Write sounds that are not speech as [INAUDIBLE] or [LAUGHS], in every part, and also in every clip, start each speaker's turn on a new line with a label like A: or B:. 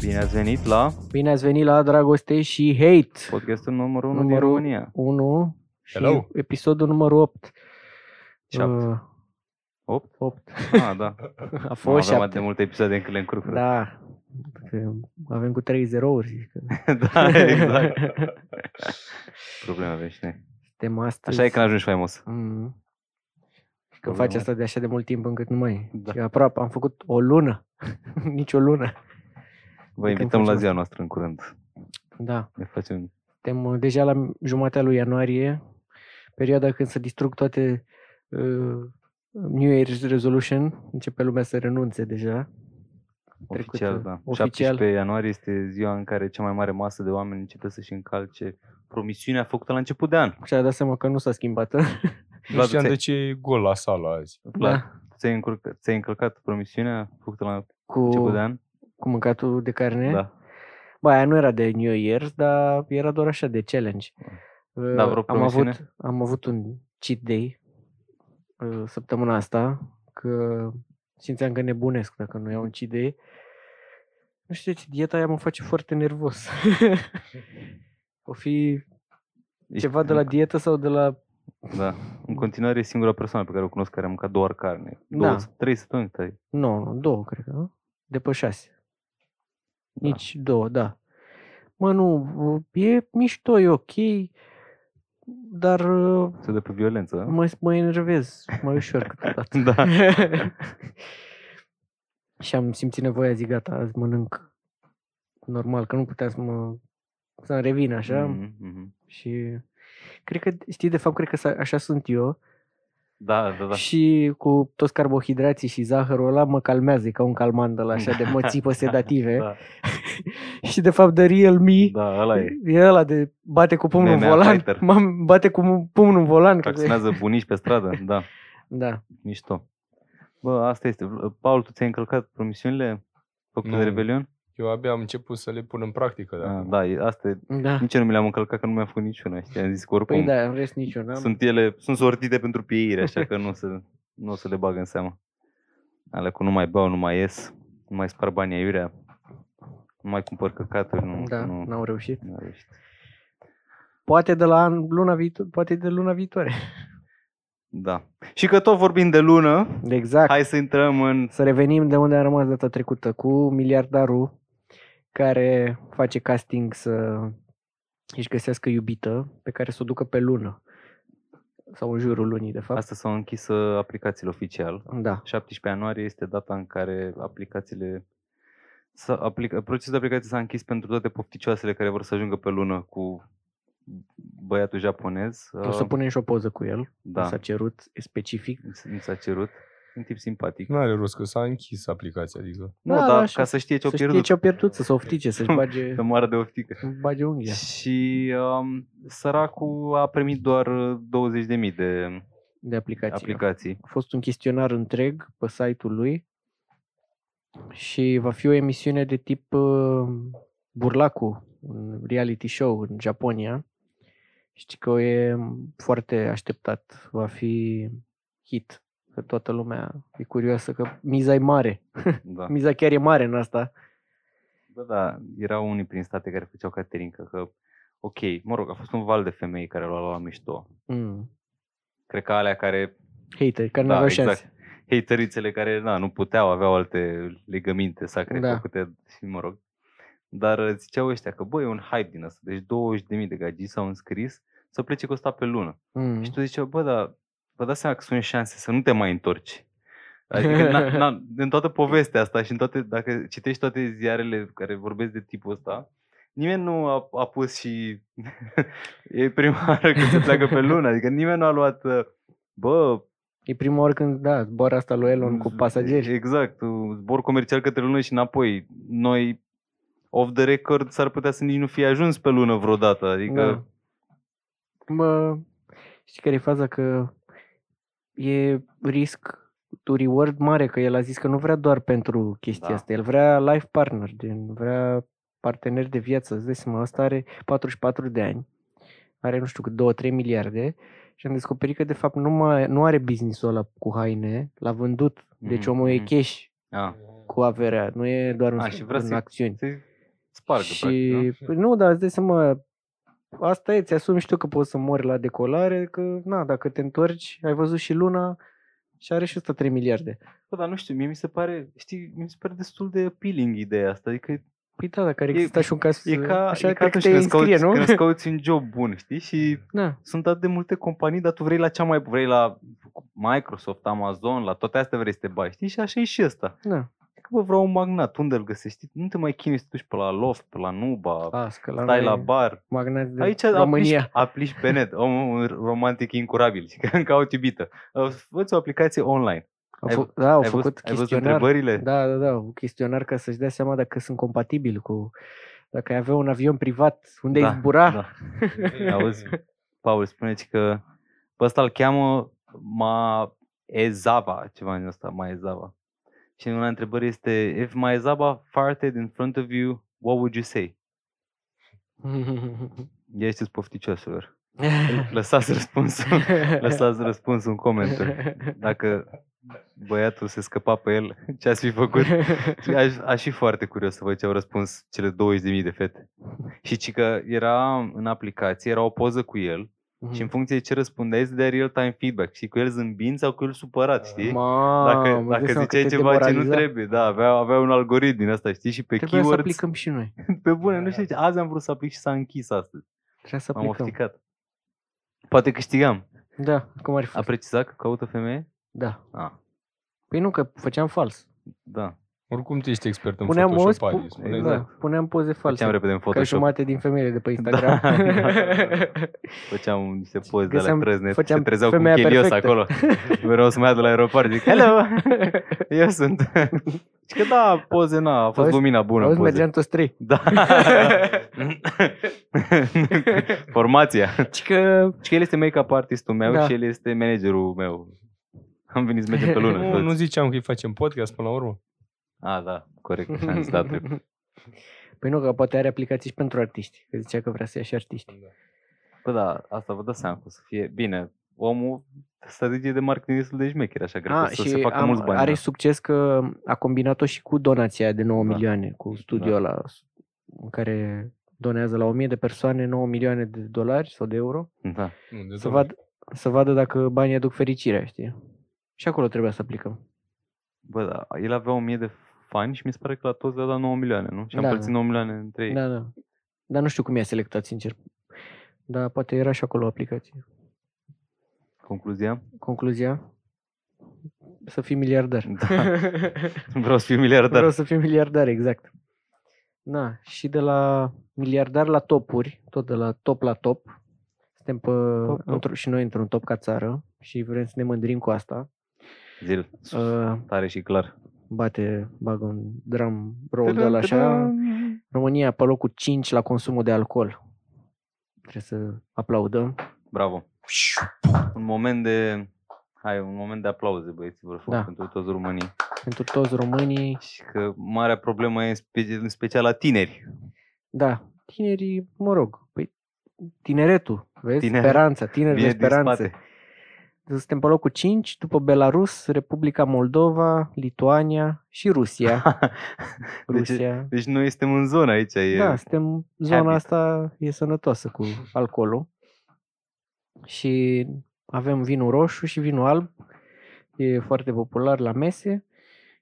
A: Bine ați venit la
B: Bine ați venit la Dragoste și Hate,
A: podcastul numărul 1 din
B: Numărul-
A: România.
B: 1 și
C: Hello.
B: episodul numărul 8.
C: Șapte.
B: Uh,
A: 8?
B: 8.
A: [LAUGHS] Ah,
B: [LAUGHS]
A: da.
B: A
A: Nu avem
B: fost 7.
A: atât de multe episoade încât le încurc. Da.
B: Da. Că avem cu 3 zerouri. că
A: [LAUGHS] da, exact.
B: [LAUGHS]
A: Probleme avem și
B: Deci
A: noi.
B: Suntem astăzi.
A: Așa e când ajungi faimos.
B: Mm. Și că
A: Problema
B: faci
A: e.
B: asta de așa de mult timp încât nu mai e.
A: Da.
B: Și aproape, am făcut o lună. [LAUGHS] Nici o lună.
A: Vă
B: când
A: invităm la
B: facem
A: ziua noastră în curând.
B: Da.
A: Ne facem...
B: Suntem uh, deja la jumatea lui ianuarie, perioada când se distrug toate uh, New Year's Resolution, începe lumea să renunțe deja.
A: Oficial,
B: Trecută.
A: da.
B: Oficial.
A: 17 ianuarie este ziua în care cea mai mare masă de oameni începe să-și încalce promisiunea făcută la început de an.
B: Și-a dat seama că nu s-a schimbat. [LAUGHS]
C: Nu
A: Vlad,
C: știam
A: ți-ai-
C: de ce e gol la sală azi.
B: Da.
A: Vlad, ți-ai, încurc- ți-ai încălcat promisiunea făcută la
B: Cu,
A: început de an?
B: cu mâncatul de carne.
A: Da.
B: Bă, aia nu era de New Year's, dar era doar așa de challenge. Uh,
A: Da, vreo
B: am, avut,
A: promisiune?
B: am avut un cheat day uh, săptămâna asta, că simțeam că nebunesc dacă nu iau un cheat day. Nu știu de ce, dieta aia mă face foarte nervos. [LAUGHS] o fi ceva de la dietă sau de la...
A: Da. În continuare e singura persoană pe care o cunosc care a mâncat doar carne.
B: Da.
A: Două, Trei săptămâni tăi.
B: Nu, nu, două, cred că. nu? De pe șase.
A: Da.
B: Nici două, da. Mă, nu, e mișto, e ok, dar uh,
A: Se dă pe violență. a?
B: mă, mă enervez mai ușor
A: [LAUGHS]
B: câteodată.
A: Da.
B: [LAUGHS] și am simțit nevoia, zic, gata, azi mănânc normal, că nu puteam să mă să revin așa mm.
A: Mhm, mhm.
B: și cred că, știi, de fapt, cred că s- așa sunt eu
A: Da, da, da.
B: da. și cu toți carbohidrații și zahărul ăla mă calmează, e ca un calmant de la așa de
A: [LAUGHS]
B: mățipă sedative
A: Da,
B: și de fapt de real me
A: da ăla
B: [LAUGHS]
A: e.
B: e ăla de bate cu pumnul în
A: Nenea
B: volan,
A: fighter.
B: m bate cu pumnul în volan, că
A: Acționează bunici pe stradă, da,
B: da.
A: mișto. Bă, asta este. Paul, tu ți-ai încălcat promisiunile făcute
C: Nu.
A: de Rebelion?
C: Eu abia am început să le pun în practică. Dar...
A: Da, da e- asta e.
B: Da.
A: Nici eu nu mi le-am încălcat, că nu mi-am făcut niciuna, știi? Am zis că oricum
B: Păi da, în rest niciun. Am...
A: sunt ele, sunt sortite pentru pieire, așa că nu o să, nu o să le bag în seamă. Ale cu nu mai beau, nu mai ies, nu mai spar banii aiurea, nu mai cumpăr căcaturi, nu,
B: da,
A: nu,
B: n-am reușit.
A: n-am reușit.
B: Poate de la an, luna viitoare, poate de luna viitoare. [LAUGHS]
A: Da. Și că tot vorbim de lună,
B: Exact. Hai.
A: hai să intrăm în...
B: Să revenim de unde am rămas data trecută cu miliardarul care face casting să își găsească iubită pe care să o ducă pe lună. Sau în jurul lunii, de fapt. Asta.
A: Astăzi s-au închis uh, aplicațiile oficial.
B: Da.
A: 17 ianuarie este data în care aplicațiile s aplica, procesul de aplicație s-a închis pentru toate pofticioasele care vor să ajungă pe lună cu băiatul japonez.
B: O să
A: Uh,
B: punem și o poză cu el.
A: Da,
B: S-a cerut specific.
A: mi s- mi s-a cerut. Un tip simpatic.
C: Nu are rost că s-a închis aplicația, adică.
A: Nu,
B: Da,
A: da, dar
B: așa.
A: ca să știe ce-o
B: Să știe
A: pierdut,
B: ce-o pierdut, să se
A: [LAUGHS]
B: oftice, să-și bage,
A: să moară de oftică.
B: să-și bage unghia.
A: Și um, săracul a primit doar uh, 20.000 de
B: De aplicație.
A: aplicații.
B: a fost un chestionar întreg pe site-ul lui și va fi o emisiune de tip uh, Burlacu, un reality show în Japonia. Știi că e foarte așteptat, va fi hit, că toată lumea e curioasă, că miza e mare,
A: Da.
B: miza chiar e mare în asta.
A: Bă, da, erau unii prin state care făceau caterincă, că ok, mă rog, a fost un val de femei care l-au luat la mișto.
B: Mm.
A: Cred că alea care,
B: Hater, care nu
A: Da,
B: aveau
A: exact.
B: șanse.
A: haterițele care, na, nu puteau, aveau alte legăminte sacre
B: Da.
A: da. făcute, și mă rog. Dar ziceau ăștia că, bă, e un hype din asta, deci 20.000 de gagii s-au înscris să plece costa pe lună.
B: Mm.
A: Și tu ziceai, bă, dar vă dați seama că sunt șanse să nu te mai întorci. Adică na,
B: [LAUGHS]
A: na, în toată povestea asta și în toate, dacă citești toate ziarele care vorbesc de tipul ăsta, nimeni nu a, a pus și [LAUGHS] e prima oară când se pleacă pe lună. Adică nimeni nu a luat, uh, bă,
B: E prima oară când, da, zboară asta lui Elon cu
A: z-
B: pasageri.
A: Exact, un zbor comercial către lună și înapoi. Noi, off the record, s-ar putea să nici nu fi ajuns pe lună vreodată. Adică, da.
B: Da. Mă, știi care e faza? Că e risc to reward mare, că el a zis că nu vrea doar pentru chestia
A: Da.
B: da. asta, el vrea life partner, gen, vrea partener de viață, îți dai seama, asta are 44 de ani, are nu știu cât, 2-3 miliarde Și am descoperit că de fapt nu, mai, nu are business-ul ăla cu haine, l-a vândut. Deci
A: Mhm,
B: omul e
A: mhm.
B: cash
A: A,
B: cu averea, nu e doar un,
A: A, și vrea
B: în
A: să-
B: acțiuni.
A: se spargă,
B: și...
A: practic, da? nu?
B: păi nu, dar îți dai seama, asta e, ți-asumi și tu că poți să mori la decolare, că na, dacă te întorci, ai văzut și luna și are și ăsta 3 miliarde.
A: Bă, dar nu știu, mie mi se pare, știi, mi se pare destul de appealing ideea asta, adică
B: Păi da, dacă ar exista și un caz,
A: E ca,
B: așa
A: e ca
B: cred că
A: atunci
B: te
A: când îți
B: înscrie,
A: cauți,
B: nu?
A: când îți cauți un job bun, știi? Și
B: [LAUGHS] Da.
A: sunt atât de multe companii, dar tu vrei la cea mai... Vrei la Microsoft, Amazon, la toate astea vrei să te bagi, știi? Și așa e și ăsta.
B: Da.
A: Că bă, vreau un magnat, unde îl găsești? Știi? Nu te mai chinui să te duci pe la loft, pe la Nuba,
B: Las, că la
A: stai
B: noi
A: la bar.
B: magnați de
A: Aici aplici,
B: România.
A: aplici pe net, om romantic incurabil, și [LAUGHS] că cauți iubită. Uh, Fă-ți o aplicație online.
B: Au
A: Ai-
B: fă- da, au
A: ai
B: făcut
A: văzut, ai văzut
B: chestionar.
A: întrebările?
B: Da, da, da, un chestionar ca să-și dea seama dacă sunt compatibili cu... Dacă ai avea un avion privat, unde da, ai zbura? [LAUGHS] Da.
A: Auzi, Paul, spuneți că pe ăsta îl cheamă Ma Ezava, ceva în genul ăsta, Ma Ezava. Și una întrebări este, if Ma Ezava farted in front of you, what would you say? Ia știți pofticioaselor. Lăsați răspunsul, lăsați răspunsul în comentarii. Dacă băiatul se scăpa pe el, ce ați fi făcut? Și Aș, aș fi foarte curios să văd ce au răspuns cele 20.000 de fete. Și ci că era în aplicație, era o poză cu el și
B: Mm.
A: în funcție de ce răspundeai, de real-time feedback. Și cu el zâmbind sau cu el supărat, știi? dacă,
B: Mamă,
A: dacă
B: îți Ah, dai seama cât
A: ziceai
B: te
A: ceva ce nu
B: demoraliza.
A: trebuie, da, avea, avea un algoritm din asta, știi? Și pe
B: Trebuia să
A: keywords,
B: aplicăm și noi.
A: pe bune, nu știu ce. Azi am vrut să aplic și s-a închis astăzi.
B: Trebuia să
A: M-am
B: aplicăm.
A: ofticat. Poate câștigam.
B: Da, cum ar fi
A: A
B: fost?
A: precizat că caută femeie?
B: Da.
A: Ah,
B: Păi nu, că făceam fals.
A: da.
C: [LAUGHS] Oricum tu ești expert în
B: Puneam, o,
C: Photoshop,
B: spu-
C: Adi, spune
A: Exact.
B: da, puneam poze
A: Făceam
B: false.
A: repede în
B: Ca
A: Photoshop.
B: jumate din femeile de
A: [LAUGHS]
B: pe Instagram. [LAUGHS]
A: Da. Făceam niște poze de la
B: Găseam-
A: trăznet. Se
B: făceam
A: trezeau cu un
B: femeia
A: chelios
B: perfectă. [LAUGHS]
A: acolo. Vreau să mă ia de la aeroport. Zic, hello, eu sunt. [LAUGHS] Și că da, poze, na, a fost
B: Auzi-
A: lumina bună în
B: Auzi,
A: poze.
B: mergeam toți
A: [LAUGHS]
B: trei.
A: Da.
B: [LAUGHS]
A: [LAUGHS] Formația.
B: Și că
A: Și că el este make-up artistul meu
B: Da.
A: și el este managerul meu. Am venit să mergem pe
B: [LAUGHS]
A: lună.
C: da. Nu,
A: toți.
C: nu ziceam că îi facem podcast până la urmă.
A: A, da, corect. Și am zis, da, drept.
B: Păi nu, că poate are aplicații și pentru artiști. Că zicea că vrea să ia și artiști.
A: Bă, da, asta vă dați seama că o să fie. Bine, omul strategie de marketing destul de șmecher, așa, cred că
B: Ah,
A: o să se facă
B: am-
A: mulți bani.
B: are
A: da.
B: succes că a combinat-o și cu donația aia de 9
A: Da.
B: milioane, cu studiul ăla în care donează la 1000 de persoane 9 milioane de dolari sau de euro.
A: Da.
C: Nu, de
B: Să,
C: doar.
B: vad, să vadă dacă banii aduc fericirea, știi? Și acolo trebuia să aplicăm.
A: Bă, da, el avea 1000 de fani și mi se pare că la toți le-a dat 9 milioane, nu? Și am
B: Da,
A: împărțit
B: da.
A: 9 milioane între ei.
B: Da, da. Dar nu știu cum i-a selectat, sincer. Dar poate era și acolo o aplicație. [LAUGHS]
A: Concluzia?
B: Concluzia? Să fii miliardar.
A: [LAUGHS] Da. Vreau să fiu miliardar.
B: Vreau să fiu miliardar, exact. Na, și de la miliardar la topuri, tot de la top la top, suntem pe,
A: top.
B: Într- și noi într-un top ca țară și vrem să ne mândrim cu asta.
A: Zil,
B: Uh,
A: tare și clar.
B: bate, bagă un drum roll de la așa. România pe locul 5 la consumul de alcool. Trebuie să aplaudăm.
A: Bravo. Un moment de... Hai, un moment de aplauze, băieți, vă rog,
B: Da.
A: pentru toți românii.
B: Pentru toți românii.
A: Și că marea problemă e în spe- în special la tineri.
B: Da, tinerii, mă rog, păi, tineretul, vezi?
A: Tineret.
B: Speranța, tinerii,
A: Vine din
B: speranțe.
A: spate.
B: Suntem pe locul 5, după Belarus, Republica Moldova, Lituania și Rusia.
A: [LAUGHS] deci,
B: Rusia.
A: deci noi suntem în zonă aici. E...
B: Da, suntem, zona
A: habit.
B: asta e sănătoasă cu alcoolul. Și avem vinul roșu și vinul alb, e foarte popular la mese,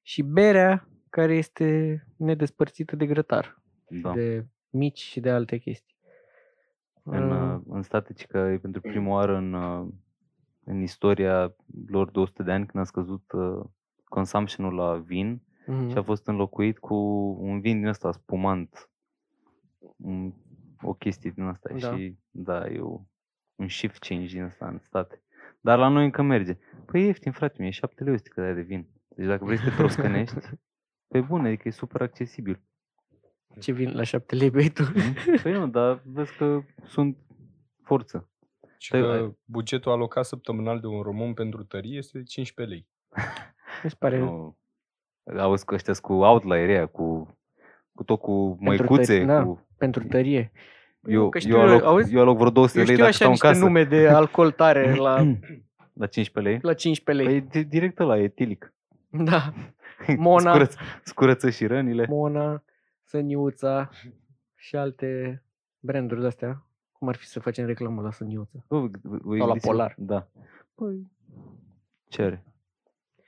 B: și berea care este nedespărțită de grătar,
A: da.
B: de mici și de alte chestii.
A: în, uh, în state, ci că e pentru prima oară în, uh, în istoria lor de 100 de ani când a scăzut uh, consumption-ul la vin
B: Mhm.
A: și a fost înlocuit cu un vin din ăsta spumant, un, o chestie din asta
B: Da.
A: și da, e o, un shift change din ăsta în state. Dar la noi încă merge. Păi e ieftin, frate, mie e 7 lei o sticlă de aia de vin. Deci dacă vrei să te
B: [LAUGHS]
A: proscănești, pe bune, adică e super accesibil.
B: Ce vin la șapte lei bei tu? [LAUGHS]
A: Păi nu, dar vezi că sunt forță.
C: Și
A: Te-
C: că bugetul alocat săptămânal de un român pentru tărie este de 15 lei.
B: Mi se pare...
A: Nu. Auzi că ăștia cu outlier cu, cu tot cu
B: Pentru
A: măicuțe,
B: tăi- da.
A: cu...
B: pentru tărie.
A: Eu,
B: că știu,
A: eu, aloc,
B: auzi?
A: eu aloc vreo 200
B: Eu
A: lei
B: știu
A: dacă
B: așa
A: stau în
B: niște
A: casă. Păi-
B: nume
A: [LAUGHS]
B: de alcool tare la,
A: [CLEARS THROAT] La 15 lei.
B: la 15 lei.
A: Păi di- direct la [LAUGHS] etilic.
B: Da. Mona.
A: Scurăț, scurăță și rănile.
B: Mona, Săniuța și alte branduri de-astea. Cum ar fi să facem reclamă la Săniuța?
A: Bă, vă- vă
B: Sau la
A: gândiți-vă-
B: Polar.
A: Da. Păi, ce are?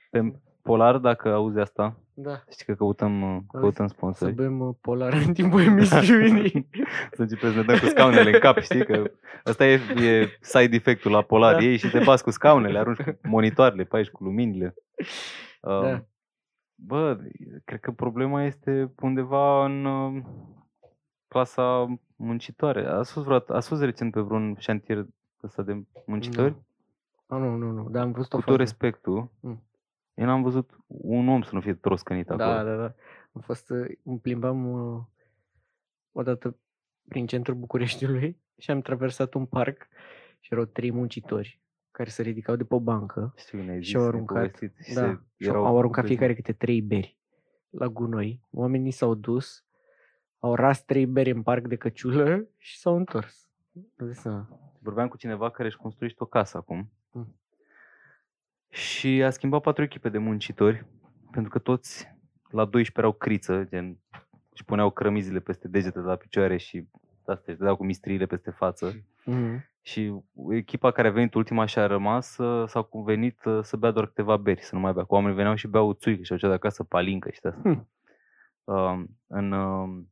A: Pe Polar, dacă auzi asta,
B: Da.
A: știi că căutăm, uh, căutăm
B: Să
A: sponsori.
B: bem uh, polar în timpul [LAUGHS] emisiunii.
A: Da. Să începem să ne dăm cu scaunele în cap, știi? Că ăsta e, e side effect-ul la Polar.
B: Da.
A: Da. Ei și te bați cu scaunele, arunci cu monitoarele pe aici, cu luminile. Uh,
B: Da.
A: Bă, cred că problema este undeva în uh, clasa muncitoare. Ați fost, vreodată- ați fost recent pe vreun șantier ăsta de [LAUGHS] muncitori?
B: Nu. A, nu, nu, nu. Dar am văzut o
A: Cu tot
B: fază.
A: respectul,
B: Mm.
A: eu n-am văzut un om să nu fie troscănit acolo.
B: Da, da, da. Am fost, uh, îmi plimbam uh, odată prin centrul Bucureștiului și am traversat un parc și erau trei muncitori care se ridicau de pe o bancă
A: Știu, ne-ai zis,
B: Și-au
A: ne-ai
B: aruncat,
A: povestit și
B: Da,
A: se-
B: și au
A: erau
B: au aruncat
A: copii.
B: fiecare câte trei beri la gunoi. Oamenii s-au dus, au ras trei beri în parc de căciulă și s-au întors. Am Zis, "Ah,
A: vorbeam cu cineva care își construiește o casă acum
B: Mm.
A: și a schimbat patru echipe de muncitori, pentru că toți la 12 erau criță, gen, își puneau crămizile peste degete de la picioare și astea își dădeau cu mistriile peste față.
B: mhm,
A: Și echipa care a venit ultima și a rămas uh, s-a convenit uh, să bea doar câteva beri, să nu mai bea. Cu oamenii veneau și beau țuică și au de acasă palincă și de asta.
B: Hmm.
A: Uh, în, uh,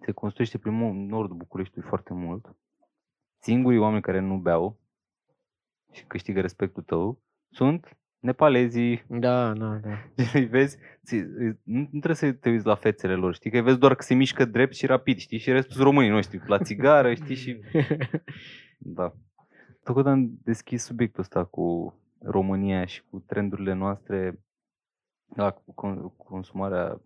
A: se construiește primul nordul Bucureștiului foarte mult. Singurii oameni care nu beau și câștigă respectul tău sunt nepalezii. [LAUGHS]
B: Da, da, da.
A: Gen, Îi vezi, ți- îi- nu nu trebuie să te uiți la fețele lor, știi? Că îi vezi doar că se mișcă drept și rapid, știi? Și restul sunt românii noștri, la țigară, Păi știi? Și da. Tocmai am deschis subiectul ăsta cu România și cu trendurile noastre la con- consumarea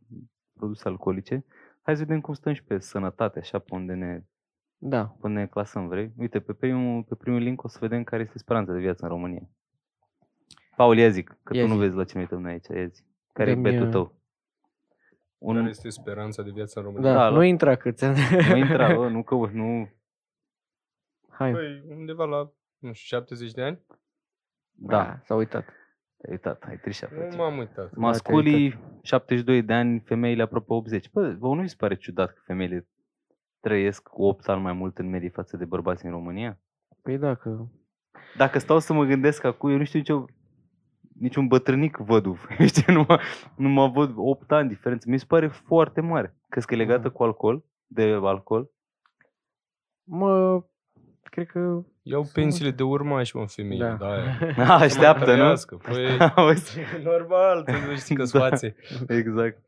A: produse alcoolice. Hai să vedem cum stăm și pe sănătate, așa, pe unde ne,
B: [LAUGHS] da,
A: pe unde ne clasăm, vrei? Uite, pe primul, pe primul link o să vedem care este speranța de viață în România. Paul, ia zic, că
B: Ia
A: tu nu
B: zi.
A: vezi la ce ne uităm noi aici, ia zi. Care e
B: Dă-mi,
A: betul
B: uh,
A: tău? Un,
C: Care este speranța de viață în România?
B: da,
A: Da,
B: nu
A: la-
B: intra cât
A: nu intra, bă, nu că
B: [LAUGHS]
A: nu...
B: Hai,
C: Păi, undeva la, nu știu, 70 de ani?
A: Da,
B: Ah, s-a uitat.
A: ai uitat, ai trișat.
C: Nu
A: frate.
C: m-am uitat.
B: Da, te-ai
A: Masculii 72 de ani, femeile aproape 80. Bă, vă nu vi se pare ciudat că femeile trăiesc cu 8 ani mai mult în medie față de bărbați în România?
B: Păi da, că...
A: Dacă stau să mă gândesc acum, eu nu știu nicio, niciun bătrânic văduv. [LAUGHS] Știi, nu mă, nu mă văd 8 ani diferență. Mi se pare foarte mare. Crezi că e legată
B: Mhm.
A: cu alcool? De
C: [LAUGHS]
A: alcool?
B: Mă, cred că...
C: Iau
B: Să
C: pensiile de urmași, mă, femeile, da.
B: Da.
C: da aia.
A: A, așteaptă, nu?
C: Păi,
A: [LAUGHS] Auzi?
C: [LAUGHS] normal, tu nu știi că
A: Da.
C: scoate.
A: exact.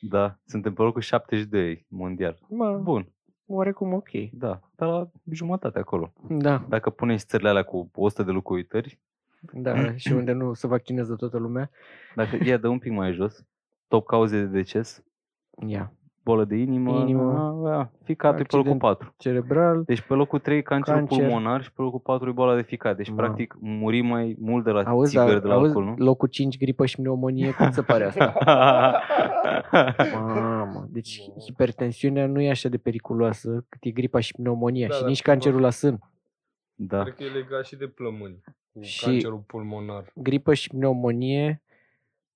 A: Da, suntem pe locul 72 mondial.
B: [LAUGHS] Mă,
A: Bun,
B: oarecum ok.
A: da, pe la jumătate acolo.
B: Da,
A: Dacă puneți țările alea cu 100 de locuitori,
B: da, și unde nu se vaccinează toată lumea. [LAUGHS]
A: dacă ia dă un pic mai jos, top cauze de deces,
B: Ia,
A: bolă de inimă,
B: Inimă.
A: a, a, ficatul e pe locul
B: Accident.
A: 4.
B: cerebral,
A: Deci pe locul 3 cancerul
B: Cancer.
A: Cancer. pulmonar și pe locul 4 e boala de ficat. Deci
B: Mamă.
A: practic muri mai mult de la
B: auzi,
A: țigări,
B: dar,
A: de la
B: auzi
A: alcool, [LAUGHS]
B: [LAUGHS]
A: nu? Da.
B: locul 5 gripă și pneumonie, cum se pare [LAUGHS] asta? Mamă, deci hipertensiunea nu e așa de periculoasă cât e gripa și pneumonia
C: Da,
B: da, și
C: dar
B: nici
C: cumva-
B: cancerul la sân.
A: da.
C: Cred că e legat și de plămâni, cu
B: Și-
C: cancerul pulmonar.
B: Gripă și pneumonie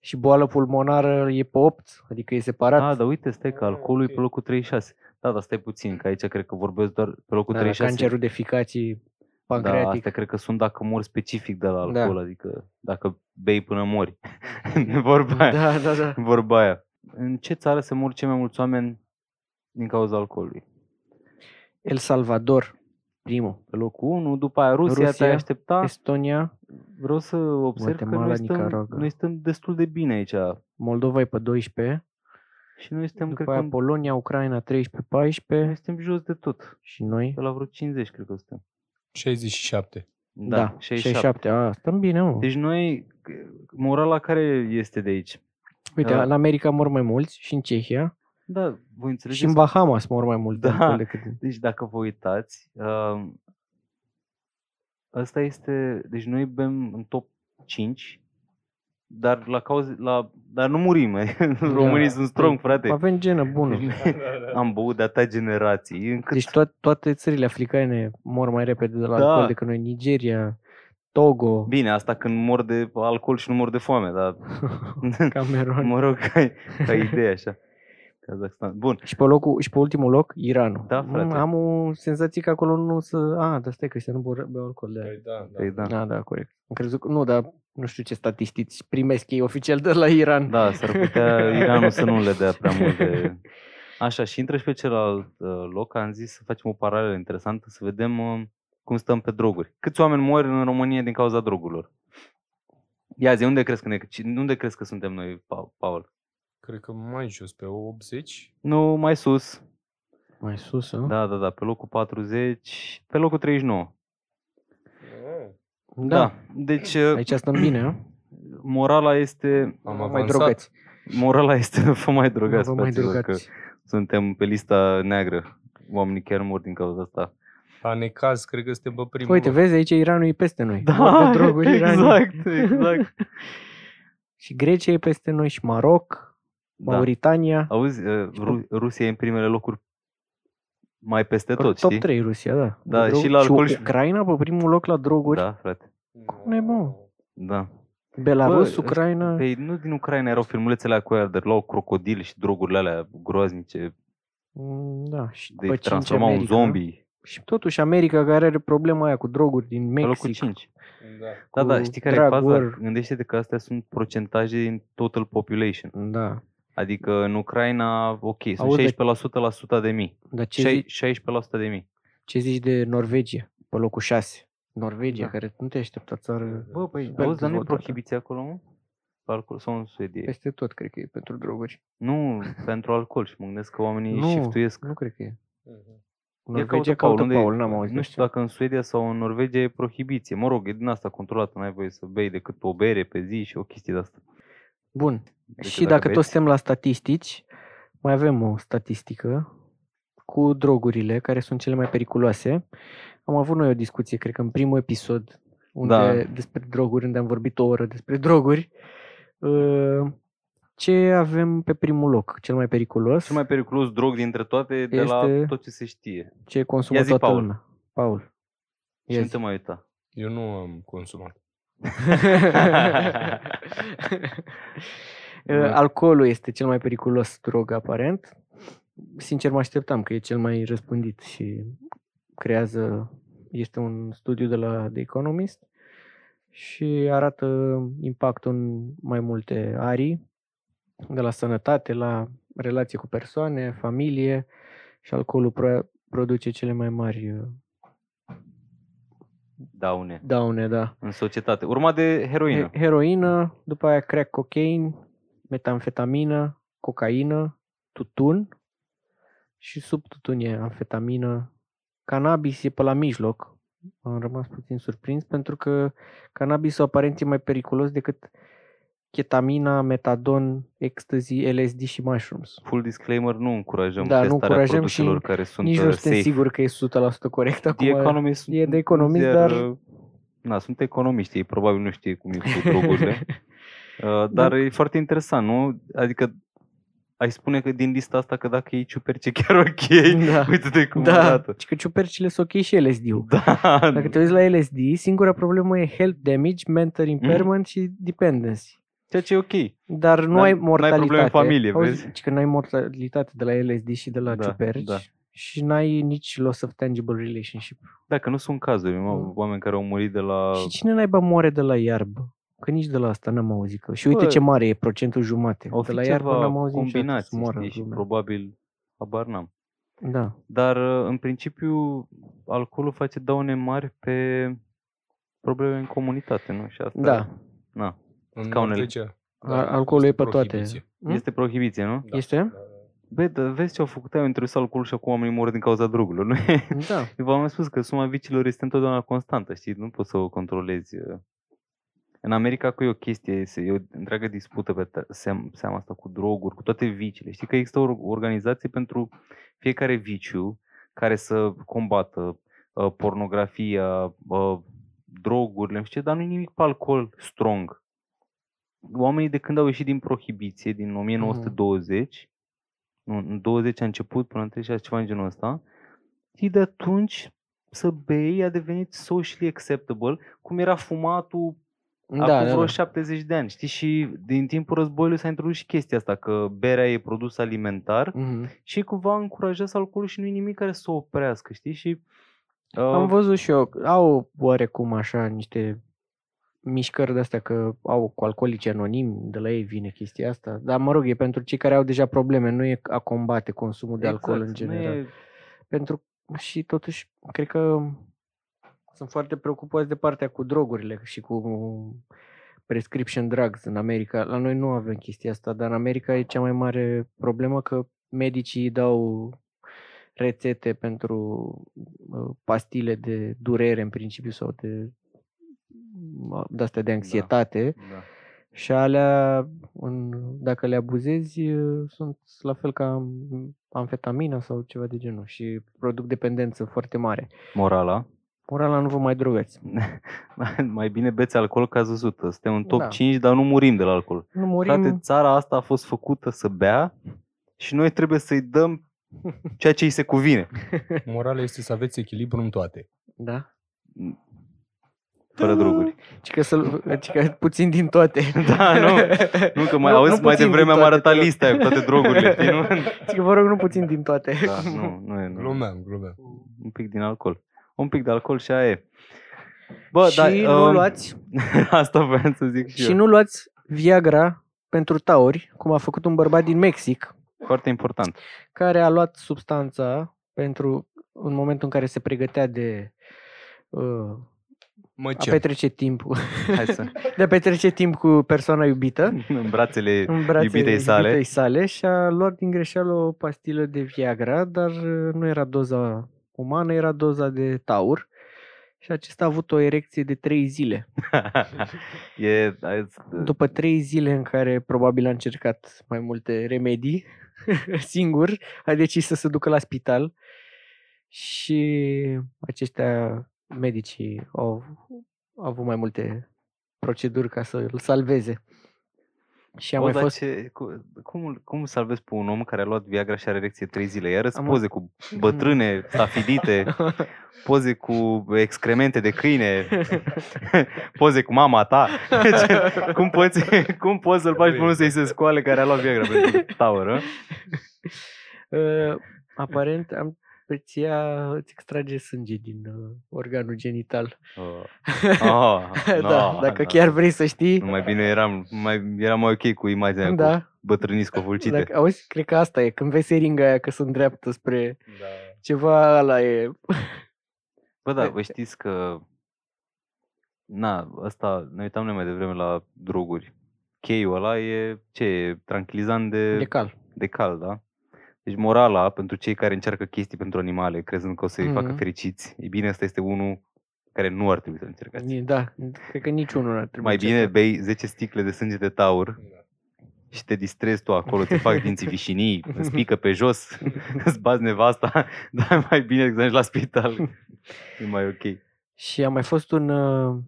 B: și boală pulmonară e pe 8, adică e separat.
A: Ah, dar uite, stai că
C: Ah,
A: alcoolul e
C: ok.
A: pe locul 36. Da, dar stai puțin, că aici cred că vorbesc doar pe locul
B: Da,
A: 36.
B: cancerul de ficații
A: Da,
B: pancreatic.
A: astea cred că sunt dacă mor specific de la
B: Da.
A: alcool, adică dacă bei până mori. [LAUGHS] Vorba aia.
B: da, da, da.
A: Vorba aia. În ce țară se mor cei mai mulți oameni din cauza alcoolului?
B: El Salvador, primul.
A: Pe locul 1, după aia Rusia, Rusia
B: Rusia,
A: te aștepta.
B: Estonia,
A: Vreau să observ
B: Guatemala,
A: că noi stăm,
B: Nicaragua.
A: noi stăm destul de bine aici.
B: Moldova e pe 12,
A: Și noi suntem,
B: după
A: cred
B: aia
A: că,
B: Polonia, Ucraina
A: noi
B: 13-14
A: suntem jos de tot.
B: și noi.
A: Pe la vreo 50, cred că suntem.
C: 67.
B: Da,
A: 67.
B: 67. A, stăm bine, mă.
A: Deci noi, morala care este de aici?
B: Uite,
A: da.
B: în America mor mai mulți și în Cehia.
A: Da, voi înțelegeți
B: Și în Bahamas mor mai mult
A: Da.
B: da. decât...
A: Deci dacă vă uitați, um, ăsta este, deci noi bem în top 5 dar la cauze, la, dar nu murim. [LAUGHS] Românii
B: Da.
A: sunt strong, frate.
B: Avem genă bună.
C: păi.
A: Am băut de atâtea generații. Încât
B: Deci toate, toate țările africane mor mai repede de la
A: Da.
B: alcool decât noi. Nigeria, Togo,
A: Bine, asta când mor de alcool și nu mor de foame, dar [LAUGHS]
B: [LAUGHS] Camerun.
A: mă rog, ca, ca idee așa. Kazakhstan. Bun,
B: Și pe, locul, și pe ultimul loc, Iranul.
A: Da, frate.
B: Mm, Am o senzație că acolo nu să... A, dar stai că ăștia nu bor- beau alcool de
C: Păi da, da.
A: păi da.
B: Da, da, corect. Am crezut că... Nu, dar nu știu ce statistici primesc ei oficial de la Iran.
A: Da, s-ar
B: [LAUGHS]
A: putea Iranul să nu le dea prea multe. Așa, și intră și pe celălalt uh, loc, am zis să facem o paralelă interesantă, să vedem uh, cum stăm pe droguri. Câți oameni mor în România din cauza drogurilor? Ia zi, unde crezi că, ne, ci- unde crezi că suntem noi, Pa- Paul?
C: Cred că mai jos, pe 80.
A: Nu, mai sus.
B: Mai sus, nu?
A: Da, da, da, pe locul 40, pe locul 39.
B: da.
A: Da, deci uh,
B: Aici stăm bine, nu?
A: morala este,
C: Am
B: Nu vă mai
C: avansat.
B: drogați.
A: morala este [LAUGHS] nu vă mai
B: Nu
A: drogați,
B: vă mai
A: fraților, că
B: drogați.
A: suntem pe lista neagră. Oamenii chiar mor din cauza asta.
C: La necaz, cred că suntem pe primul.
B: Uite,
C: loc.
B: vezi, aici Iranul e peste noi. Mor
A: [LAUGHS]
B: de droguri, Iranul.
A: Da, exact, exact.
B: [LAUGHS] Și Grecia e peste noi și Maroc,
A: [LAUGHS] da.
B: Mauritania.
A: Auzi, uh, Ru- Rusia e în primele locuri mai peste tot,
B: top
A: știi?
B: 3 Rusia, da. De
A: Da, și
B: droguri.
A: la alcool și-
B: și Ucraina pe primul loc la droguri.
A: Da, frate.
B: Cum e, mă?
A: Da.
B: Belarus,
A: Bă,
B: Ucraina.
A: Păi nu din Ucraina erau filmulețele alea cu aia, dar luau crocodili și drogurile alea groaznice,
B: Mm, Da, și
A: de
B: pe cinci
A: Deci transformau în
B: America, nu?
A: zombie.
B: Și totuși America care are problema aia cu droguri din
A: Pe
B: Mexic.
A: locul 5.
C: Da.
A: Da, da,
B: cu
A: știi care e
B: drug
A: faza?
B: war.
A: Gândește-te că astea sunt procentaje din total population.
B: Da.
A: Adică în Ucraina, ok, sunt
B: Auzi,
A: 16% la 100 de mii.
B: Dar ce,
A: Șai-
B: zici,
A: 16% de mii.
B: ce zici de Norvegia? Pe locul 6. Norvegia,
A: Da.
B: care nu te aștepta țară
A: Bă, păi,
B: super
A: auzi, dar nu e
B: dezvoltată.
A: prohibiție acolo, mă? La alcool sau în Suedia?
B: peste tot, cred că e pentru droguri.
A: Nu, pentru alcool și mă gândesc că oamenii
B: Nu,
A: nu, shiftuiesc.
B: Nu cred că e.
C: Mhm.
A: El
B: Norvegia caută
A: unde e?
B: Paul, n-am auzit.
A: Nu știu dacă în Suedia sau în Norvegia e prohibiție. Mă rog, e din asta controlată, n-ai voie să bei decât o bere pe zi și o chestie de asta.
B: Bun,
A: Adică
B: și dacă
A: bei-
B: toți suntem la statistici, mai avem o statistică cu drogurile care sunt cele mai periculoase. Am avut noi o discuție, cred că în primul episod, unde
A: Da.
B: despre droguri, unde am vorbit o oră despre droguri. Uh, Ce avem pe primul loc, cel mai periculos,
A: Cel mai periculos drog dintre toate este... de
B: Este-
A: la tot ce se știe.
B: ce consumă
A: Ia zi,
B: toată
A: Paul.
B: lumea? Paul.
A: Și
B: Ia
A: nu
B: zi.
A: te mai uita.
C: Eu nu am consumat.
B: [LAUGHS] Uh,
A: Da.
B: Alcoolul este cel mai periculos drog, aparent. Sincer, mă așteptam că e cel mai răspândit și creează. Este un studiu de la The Economist și arată impactul în mai multe arii, de la sănătate, la relație cu persoane, familie și alcoolul pro- produce cele mai mari uh,
A: Daune.
B: daune, da.
A: În societate. Urma de heroină.
B: He- Heroină, după aia crack cocaine, metamfetamină, cocaină, tutun și sub tutun e amfetamină. Cannabis e pe la mijloc. Am rămas puțin surprins pentru că cannabisul aparent e mai periculos decât ketamina, metadon, ecstasy, LSD și mushrooms.
A: Full disclaimer, nu încurajăm
B: Da, nu
A: testarea
B: încurajăm
A: produselor
B: și
A: care sunt
B: Nici nu
A: uh,
B: suntem
A: safe.
B: sigur că e 100% corect acum.
A: The Economist
B: e
A: sunt
B: de economist,
A: ziar,
B: dar-
A: uh, Na, sunt economiști, ei probabil nu știe cum e cu
B: [LAUGHS]
A: drogurile.
B: Da.
A: Uh, Dar e foarte interesant, nu? Adică ai spune că din lista asta că dacă iei ciuperce chiar ok,
B: da.
A: [LAUGHS] uite-te cum
B: da,
A: arată.
B: și că ciupercile sunt ok și LSD-ul.
A: Da,
B: Dacă te uiți la LSD, singura problemă e health damage, mental
A: Mhm.
B: impairment și dependency.
A: ceea ce e ok.
B: Dar nu
A: Dar n-ai
B: ai
A: probleme în
B: mortalitate.
A: familie,
B: Auzi,
A: vezi?
B: Zici că nu ai mortalitate de la LSD și de la
A: Da,
B: ciuperci.
A: da.
B: Și n-ai nici loss of tangible relationship.
A: Dacă nu sunt cazuri, mă,
B: Mm.
A: oameni care au murit de la...
B: Și cine naiba moare de la iarbă? Că nici de la asta n-am auzit. Că. Și uite
A: Bă,
B: ce mare e procentul jumate.
A: Au
B: De
A: fi
B: la iarbă
A: ceva
B: n-am auzit niciodată să
A: combinații,
B: moară
A: știi, și
B: lumea.
A: probabil habar n-am.
B: Da.
A: Dar, uh, în principiu, alcoolul face daune mari pe probleme în comunitate, nu? Și asta
B: Da.
A: Na.
C: În
A: Scaunele.
C: Norvegia.
A: Da,
B: Al- alcoolul
C: este
B: e pe toate.
C: prohibiție.
B: Hm?
A: Este prohibiție, nu?
C: Da,
B: Este?
C: da, da.
A: Bă, dar vezi ce au făcut aia, au introdus alcoolul și acum oamenii mor din cauza drogurilor, nu? [LAUGHS]
B: Da.
A: Eu V-am mai spus că suma vicilor este întotdeauna constantă, știi? Nu poți să o controlezi. uh. În America cu e o chestie, se- e o întreagă dispută pe ta- seam- seama asta cu droguri, cu toate vicile. Știi că există o or- organizație pentru fiecare viciu care să combată uh, pornografia, uh, drogurile, nu știu ce, dar nu nimic pe alcool strong. oamenii de când au ieșit din prohibiție, din 1920, nu, în 20 a început, până în 36, ceva în genul ăsta, ei de atunci să bei a devenit socially acceptable, cum era fumatul da, acum vreo 70 de ani, știi? Și din timpul războiului s-a introdus și chestia asta, că berea e produs alimentar
B: Mhm.
A: și cumva încurajează alcoolul și nu e nimic care să o oprească, știi? Și, uh,
B: Am văzut și eu, au oarecum așa niște mișcări de-astea că au cu alcoolici anonimi, de la ei vine chestia asta. Dar mă rog, e pentru cei care au deja probleme, nu e a combate consumul de alcool
A: exact,
B: în
A: nu
B: general.
A: E,
B: Pentru și totuși, cred că sunt foarte preocupați de partea cu drogurile și cu prescription drugs în America. La noi nu avem chestia asta, dar în America e cea mai mare problemă că medicii dau rețete pentru uh, pastile de durere în principiu sau de de astea de anxietate
A: da.
B: și alea, în, dacă le abuzezi, eh, sunt la fel ca am- amfetamina sau ceva de genul și produc dependență foarte mare.
A: Morala. [LAUGHS]
B: Morala, nu vă mai drogați.
A: mai bine beți alcool ca zăzută. Suntem în top
B: Da.
A: 5, dar nu murim de la alcool.
B: Nu murim.
A: Murim. Frate, țara asta a fost făcută să bea și noi trebuie să-i dăm ceea ce îi se cuvine. da.
C: Morala este să aveți echilibru în toate.
B: Da. [LAUGHS]
A: Fără droguri. [LAUGHS]
B: Ci că, să, ci că puțin din toate.
A: Da, nu. Nu, că mai, nu, auzi,
B: nu
A: mai
B: puțin
A: devreme
B: din
A: am
B: toate,
A: arătat
B: te rog.
A: lista aia cu toate drogurile. Știi, nu?
B: Ci că vă rog, nu puțin din toate. [LAUGHS]
A: Da, nu, nu e. Nu.
C: Glumeam, glumeam.
A: Un pic din alcool. Un pic de alcool și aia e. Bă,
B: și
A: dar,
B: nu
A: um,
B: luați,
A: [LAUGHS] Asta voiam să zic și,
B: și
A: eu.
B: nu luați Viagra pentru tauri, cum a făcut un bărbat din Mexic,
A: Foarte important.
B: care a luat substanța pentru în momentul în care se pregătea de uh,
C: Mă
A: Da.
B: a
C: cer.
B: petrece timp
A: Hai
B: [LAUGHS]
A: să...
B: de a petrece timp cu persoana iubită
A: În
B: [LAUGHS]
A: brațele...
B: în brațele
A: Iubitei sale.
B: iubitei sale și a luat din greșeală o pastilă de Viagra, dar uh, nu era doza umană, era doza de taur și acesta a avut o erecție de 3 zile.
A: [LAUGHS] e... hai să-
B: După 3 zile în care probabil a încercat mai multe remedii [LAUGHS] singur, a decis să se ducă la spital și aceștia medicii au, au avut mai multe proceduri ca să îl salveze. Și a
A: Bă,
B: mai
A: dar
B: fost
A: ce, cu- cum, cum îl salvezi pe un om care a luat Viagra și are erecție 3 zile? Iar
B: Am-
A: sunt poze cu
B: [LAUGHS]
A: bătrâne, stafidite, poze cu excremente de câine, [LAUGHS] poze cu mama ta. [LAUGHS] Ce- cum, poți, cum poți să-l faci pe unul să-i se scoale care a luat Viagra pentru Tower, hă?
B: Uh, aparent am, îți, ia, îți extrage sânge din uh, organul genital.
A: Oh. Oh, no,
B: [LAUGHS] da, dacă
A: no.
B: chiar vrei să știi.
A: Nu, mai bine eram mai, eram mai ok cu imaginea da. cu
B: Da,
A: bătrânii scovulcite.
B: dacă, auzi, cred că asta e, când vezi seringa aia că sunt dreaptă spre
C: Da.
B: ceva, ăla e.
A: Bă, da, vă știți că... Na, asta, ne uitam noi mai devreme la droguri. Cheiul ăla e, ce e, tranquilizant de,
B: E cal.
A: de cal, da? Deci morala pentru cei care încearcă chestii pentru animale, crezând că o să-i facă
B: Mhm.
A: fericiți, e bine, asta este unul care nu ar trebui să încercați.
B: E, Da, cred că niciunul ar trebui.
A: mai bine
B: încercat.
A: bei 10 sticle de sânge de taur și te distrezi tu acolo, te fac dinții vișinii, îți pică pe jos, [LAUGHS] îți bazi nevasta, [LAUGHS] dar mai bine decât să ajungi la spital. E mai ok.
B: Și a mai fost un, uh,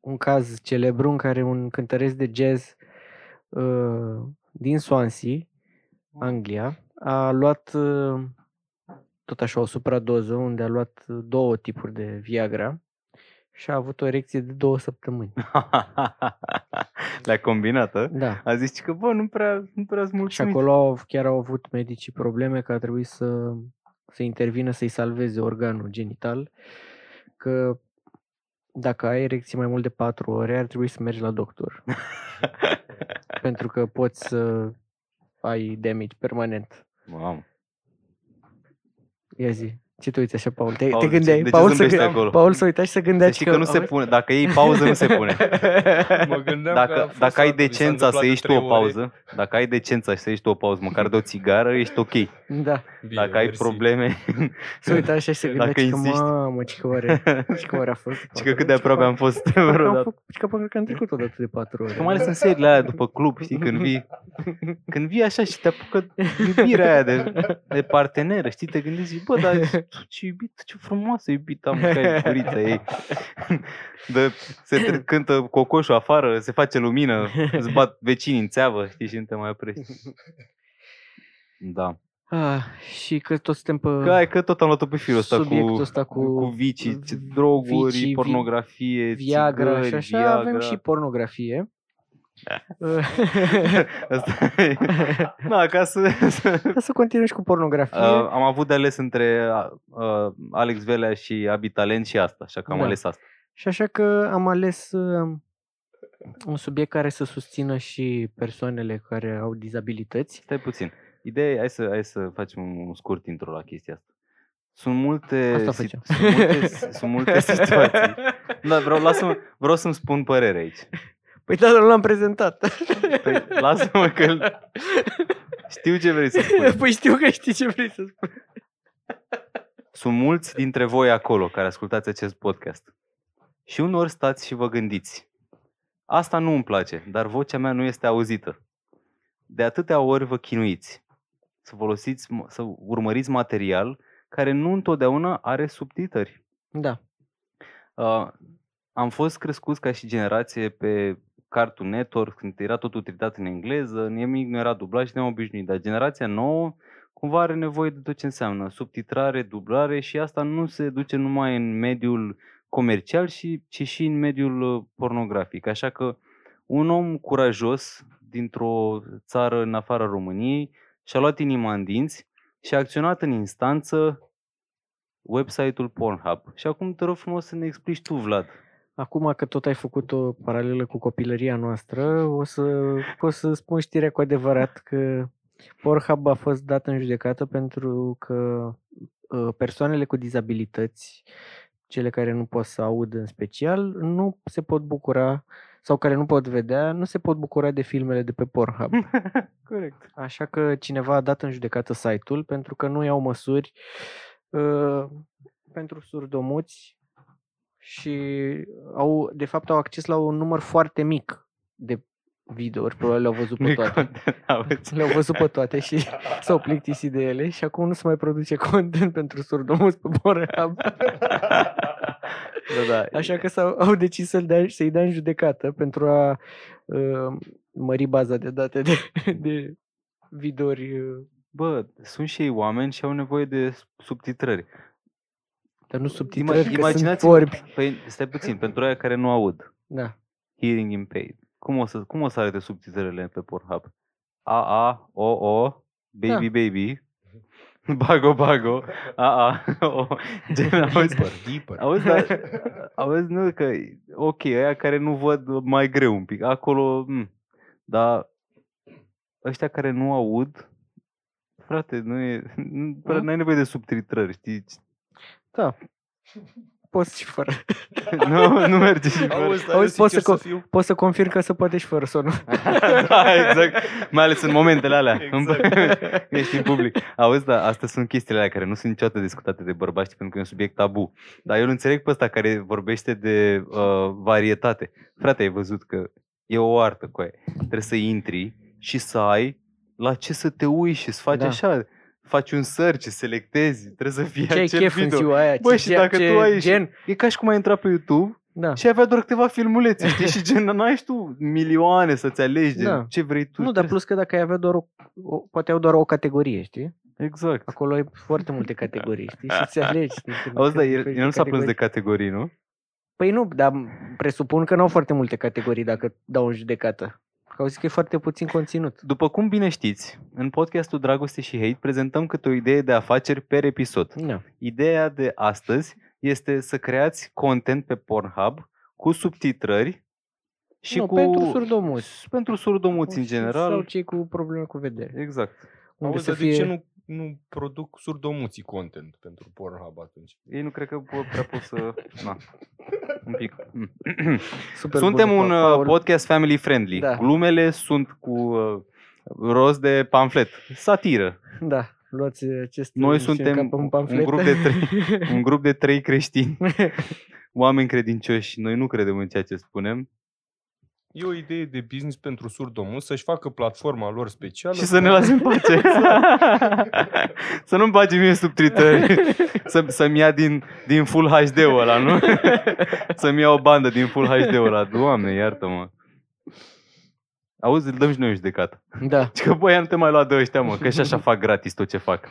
B: un caz celebru în care un cântăresc de jazz uh, din Swansea, Anglia, a luat uh, tot așa o supradoză unde a luat uh, două tipuri de Viagra și a avut o erecție de două săptămâni.
A: [LAUGHS] Le-a combinat, a?
B: Da.
A: A zis că, bă, nu prea, nu prea sunt mulțumit.
B: Și acolo au, chiar au avut medicii probleme că a trebuit să, să intervină să-i salveze organul genital, că dacă ai erecție mai mult de 4 ore, ar trebui să mergi la doctor, pentru că poți să ai damage permanent.
A: [LAUGHS] Mamă.
B: Ia zi, ce te uiți așa, Paul? Te,
A: Paul,
B: te
A: de ce-
B: gândeai,
A: de ce
B: Paul,
A: zâmbești
B: se,
A: acolo?
B: Paul se uita și se
C: Deci
B: gândea
A: Să știi Deci că, nu se
B: "Auzi,
A: pune, dacă iei pauză, nu se pune.
C: [LAUGHS] Mă gândeam că a
A: Dacă,
C: fost
A: dacă ai
C: altul, i s-a
A: decența să
C: întâmplat de
A: ieși tu
C: trei
A: o
C: ori.
A: pauză, dacă ai decența să ieși tu o pauză, măcar de o țigară, ești ok.
B: Da,
C: Bine,
A: Dacă ai
C: mersi.
A: probleme,
B: Se uita așa și se gândea,
A: Dacă
B: că
A: insisti.
B: mamă, ce că oare, ce că oare a fost.
A: [LAUGHS] și că cât de aproape am fost vreodată.
B: Și că parcă am trecut odată de patru ore. da?
A: Că mai ales în seriile alea după club, știi, când vii, când vii așa și te apucă iubirea aia de, de parteneră, știi, te gândești, bă, dar tu ce iubit, ce frumoasă iubit am ca curița ei. [LAUGHS] De, se tre- cântă cocoșul afară, se face lumină, îți bat vecinii în țeavă, știi, și nu te mai oprești. Da.
B: Ah, și că tot suntem pe
A: Că, ai, că tot am luat-o pe firul ăsta
B: subiectul
A: cu,
B: ăsta cu,
A: cu vicii, ce-
B: vi-
A: droguri,
B: vicii, vi-
A: pornografie,
B: Viagra
A: țigări,
B: și așa,
A: Viagra. Eh.
B: avem și pornografie. [LAUGHS]
A: Asta e. Na, ca să... să-
B: Ca să continuăm și cu pornografie.
A: Uh, am avut de ales între uh, Alex Velea și Abi Talent și asta, așa că am
B: Da.
A: ales asta.
B: Și așa că am ales uh, un subiect care să susțină și persoanele care au dizabilități.
A: Stai puțin. Ideea e, hai să, hai să facem un un scurt intro la chestia asta. Sunt multe,
B: Asta
A: si-
B: făceam.
A: sunt
B: [LAUGHS]
A: multe, sunt multe situații. Da, vreau, lasă-mă, vreau să-mi spun părere aici.
B: Păi da, dar nu l-am prezentat.
A: Păi,
B: [LAUGHS]
A: lasă-mă că știu ce vrei să spui.
B: păi știu că știi ce vrei să spui.
A: Sunt mulți dintre voi acolo care ascultați acest podcast. Și unor stați și vă gândiți. Asta nu îmi place, dar vocea mea nu este auzită. De atâtea ori vă chinuiți să folosiți, să urmăriți material care nu întotdeauna are subtitări.
B: Da.
A: Uh, am fost crescuți ca și generație pe Cartoon Network, când era tot utilitat în engleză, nimic nu era dublat și ne-am obișnuit. Dar generația nouă cumva are nevoie de tot ce înseamnă subtitrare, dublare și asta nu se duce numai în mediul comercial, și, ci și în mediul uh, pornografic. Așa că un om curajos dintr-o țară în afara României și-a luat inima în dinți și a acționat în instanță website-ul Pornhub. Și acum te rog frumos să ne explici tu, Vlad.
B: Acum că tot ai făcut o paralelă cu copilăria noastră, o să pot să spun știrea cu adevărat că Pornhub a fost dat în judecată pentru că uh, persoanele cu dizabilități, cele care nu pot să audă în special, nu se pot bucura sau care nu pot vedea, nu se pot bucura de filmele de pe Pornhub.
A: Corect.
B: Așa că cineva a dat în judecată site-ul pentru că nu iau măsuri uh, pentru surdomuți și au, de fapt au acces la un număr foarte mic de videouri, probabil le-au văzut pe
A: Nu-i
B: toate.
A: content, [LAUGHS] aveți.
B: Le-au văzut pe toate și [LAUGHS] s-au plictisit de ele și acum nu se mai produce [LAUGHS] content pentru surdomuți pe Pornhub.
A: da, da.
B: Așa că s-au, au decis să-l dea, să-i dea în judecată pentru a uh, mări baza de date de, de videouri uh,
A: Bă, sunt și ei oameni și au nevoie de subtitrări.
B: Dar nu subtitrări, că sunt
A: imaginați-vă-
B: vorbi.
A: Păi, stai puțin, pentru aia care nu aud.
B: Da.
A: Hearing impaired. Cum o să, cum o să arate subtitrările pe Pornhub? A, A, O, O, Baby,
B: Da.
A: Baby, Bago, Bago, A, A, O,
B: [LAUGHS]
A: gen, auzi,
C: Deeper, deeper.
A: Auzi,
C: [LAUGHS]
A: dar, auzi, nu, că, ok, aia care nu văd mai greu un pic, acolo, m, dar ăștia care nu aud, frate, nu e, [LAUGHS] nu, prea
B: Mm?
A: n-ai nevoie de subtitrări, știi? [LAUGHS]
B: Poți și fără.
A: Nu, nu merge [LAUGHS] și fără.
C: Auzi, dar
B: Auzi, poți
C: Auzi, poți
B: să
C: să,
B: co-
C: să fiu...
B: Poți să confirm că se poate și fără
A: [LAUGHS]
B: sonul.
A: da, exact, mai ales în momentele alea,
C: Exact.
A: în, ești în public. Auzi, da, astea sunt chestiile alea care nu sunt niciodată discutate de bărbați, știi, pentru că e un subiect tabu. Dar eu îl înțeleg pe ăsta care vorbește de uh, varietate. Frate, ai văzut că e o artă cu aia. Trebuie să intri și să ai la ce să te uiți și să faci
B: Da.
A: da. așa. Faci un search, selectezi, trebuie să fie
B: Ce ai
A: acel
B: chef în
A: video.
B: ziua aia?
A: Bă,
B: ce,
A: și
B: ce-
A: dacă
B: ce
A: tu ai și-
B: gen?
A: E ca și cum ai intrat pe YouTube
B: Da.
A: și ai avea doar câteva
B: [LAUGHS]
A: filmulețe, știi? Și gen, n-ai și tu milioane să-ți alegi de
B: Da.
A: ce vrei tu.
B: Nu, dar
A: Trebuie
B: plus că dacă ai avea doar o, o, poate au doar o categorie, știi?
A: să- Exact.
B: Acolo ai foarte multe categorii, știi? Și ți alegi. știi?
A: Auzi, dar el,
B: Diferite
A: el nu s-a plâns de
B: categorii.
A: categorii, nu?
B: Păi nu, dar presupun că nu au foarte multe categorii dacă dau în judecată. Că au zis că e foarte puțin conținut.
A: După cum bine știți, în podcastul Dragoste și Hate prezentăm câte o idee de afaceri per episod.
B: Da.
A: Ideea de astăzi este să creați content pe Pornhub cu subtitrări și
B: nu,
A: cu...
B: pentru surdomuți.
A: Pentru surdomuți în
B: Sau
A: general.
B: cei cu probleme cu vedere.
A: Exact.
B: Unde
C: Auzi,
B: să
C: dar
B: fie...
C: de ce nu, nu produc surdomuții content pentru Pornhub atunci?
A: Ei nu cred că pot- prea pot să... Na, un pic. Mm.
B: Super
A: Suntem
B: bun,
A: un
B: Pa-
A: uh,
B: Paul.
A: podcast family friendly.
B: Da.
A: Glumele sunt cu uh, rost de pamflet. Satiră.
B: Da. Luați acest
A: Noi
B: emisiune
A: suntem
B: ca pe
A: un- un
B: pamflet.
A: grup de un grup de trei creștini, oameni credincioși. Noi nu credem în ceea ce spunem
C: E o idee de business pentru surdomus să-și facă platforma lor specială.
A: și să ne lase în pace. [LAUGHS] să nu-mi bage mie
B: [LAUGHS]
A: subtritări. Să, să-mi ia din, din Full HD-ul ăla, nu? să-mi ia o bandă din Full HD-ul ăla. Doamne, iartă-mă. Auzi, îl dăm și noi o judecată.
B: [LAUGHS] da.
A: Zice Că băi, nu te mai lua de ăștia, mă, că și așa fac gratis tot ce fac.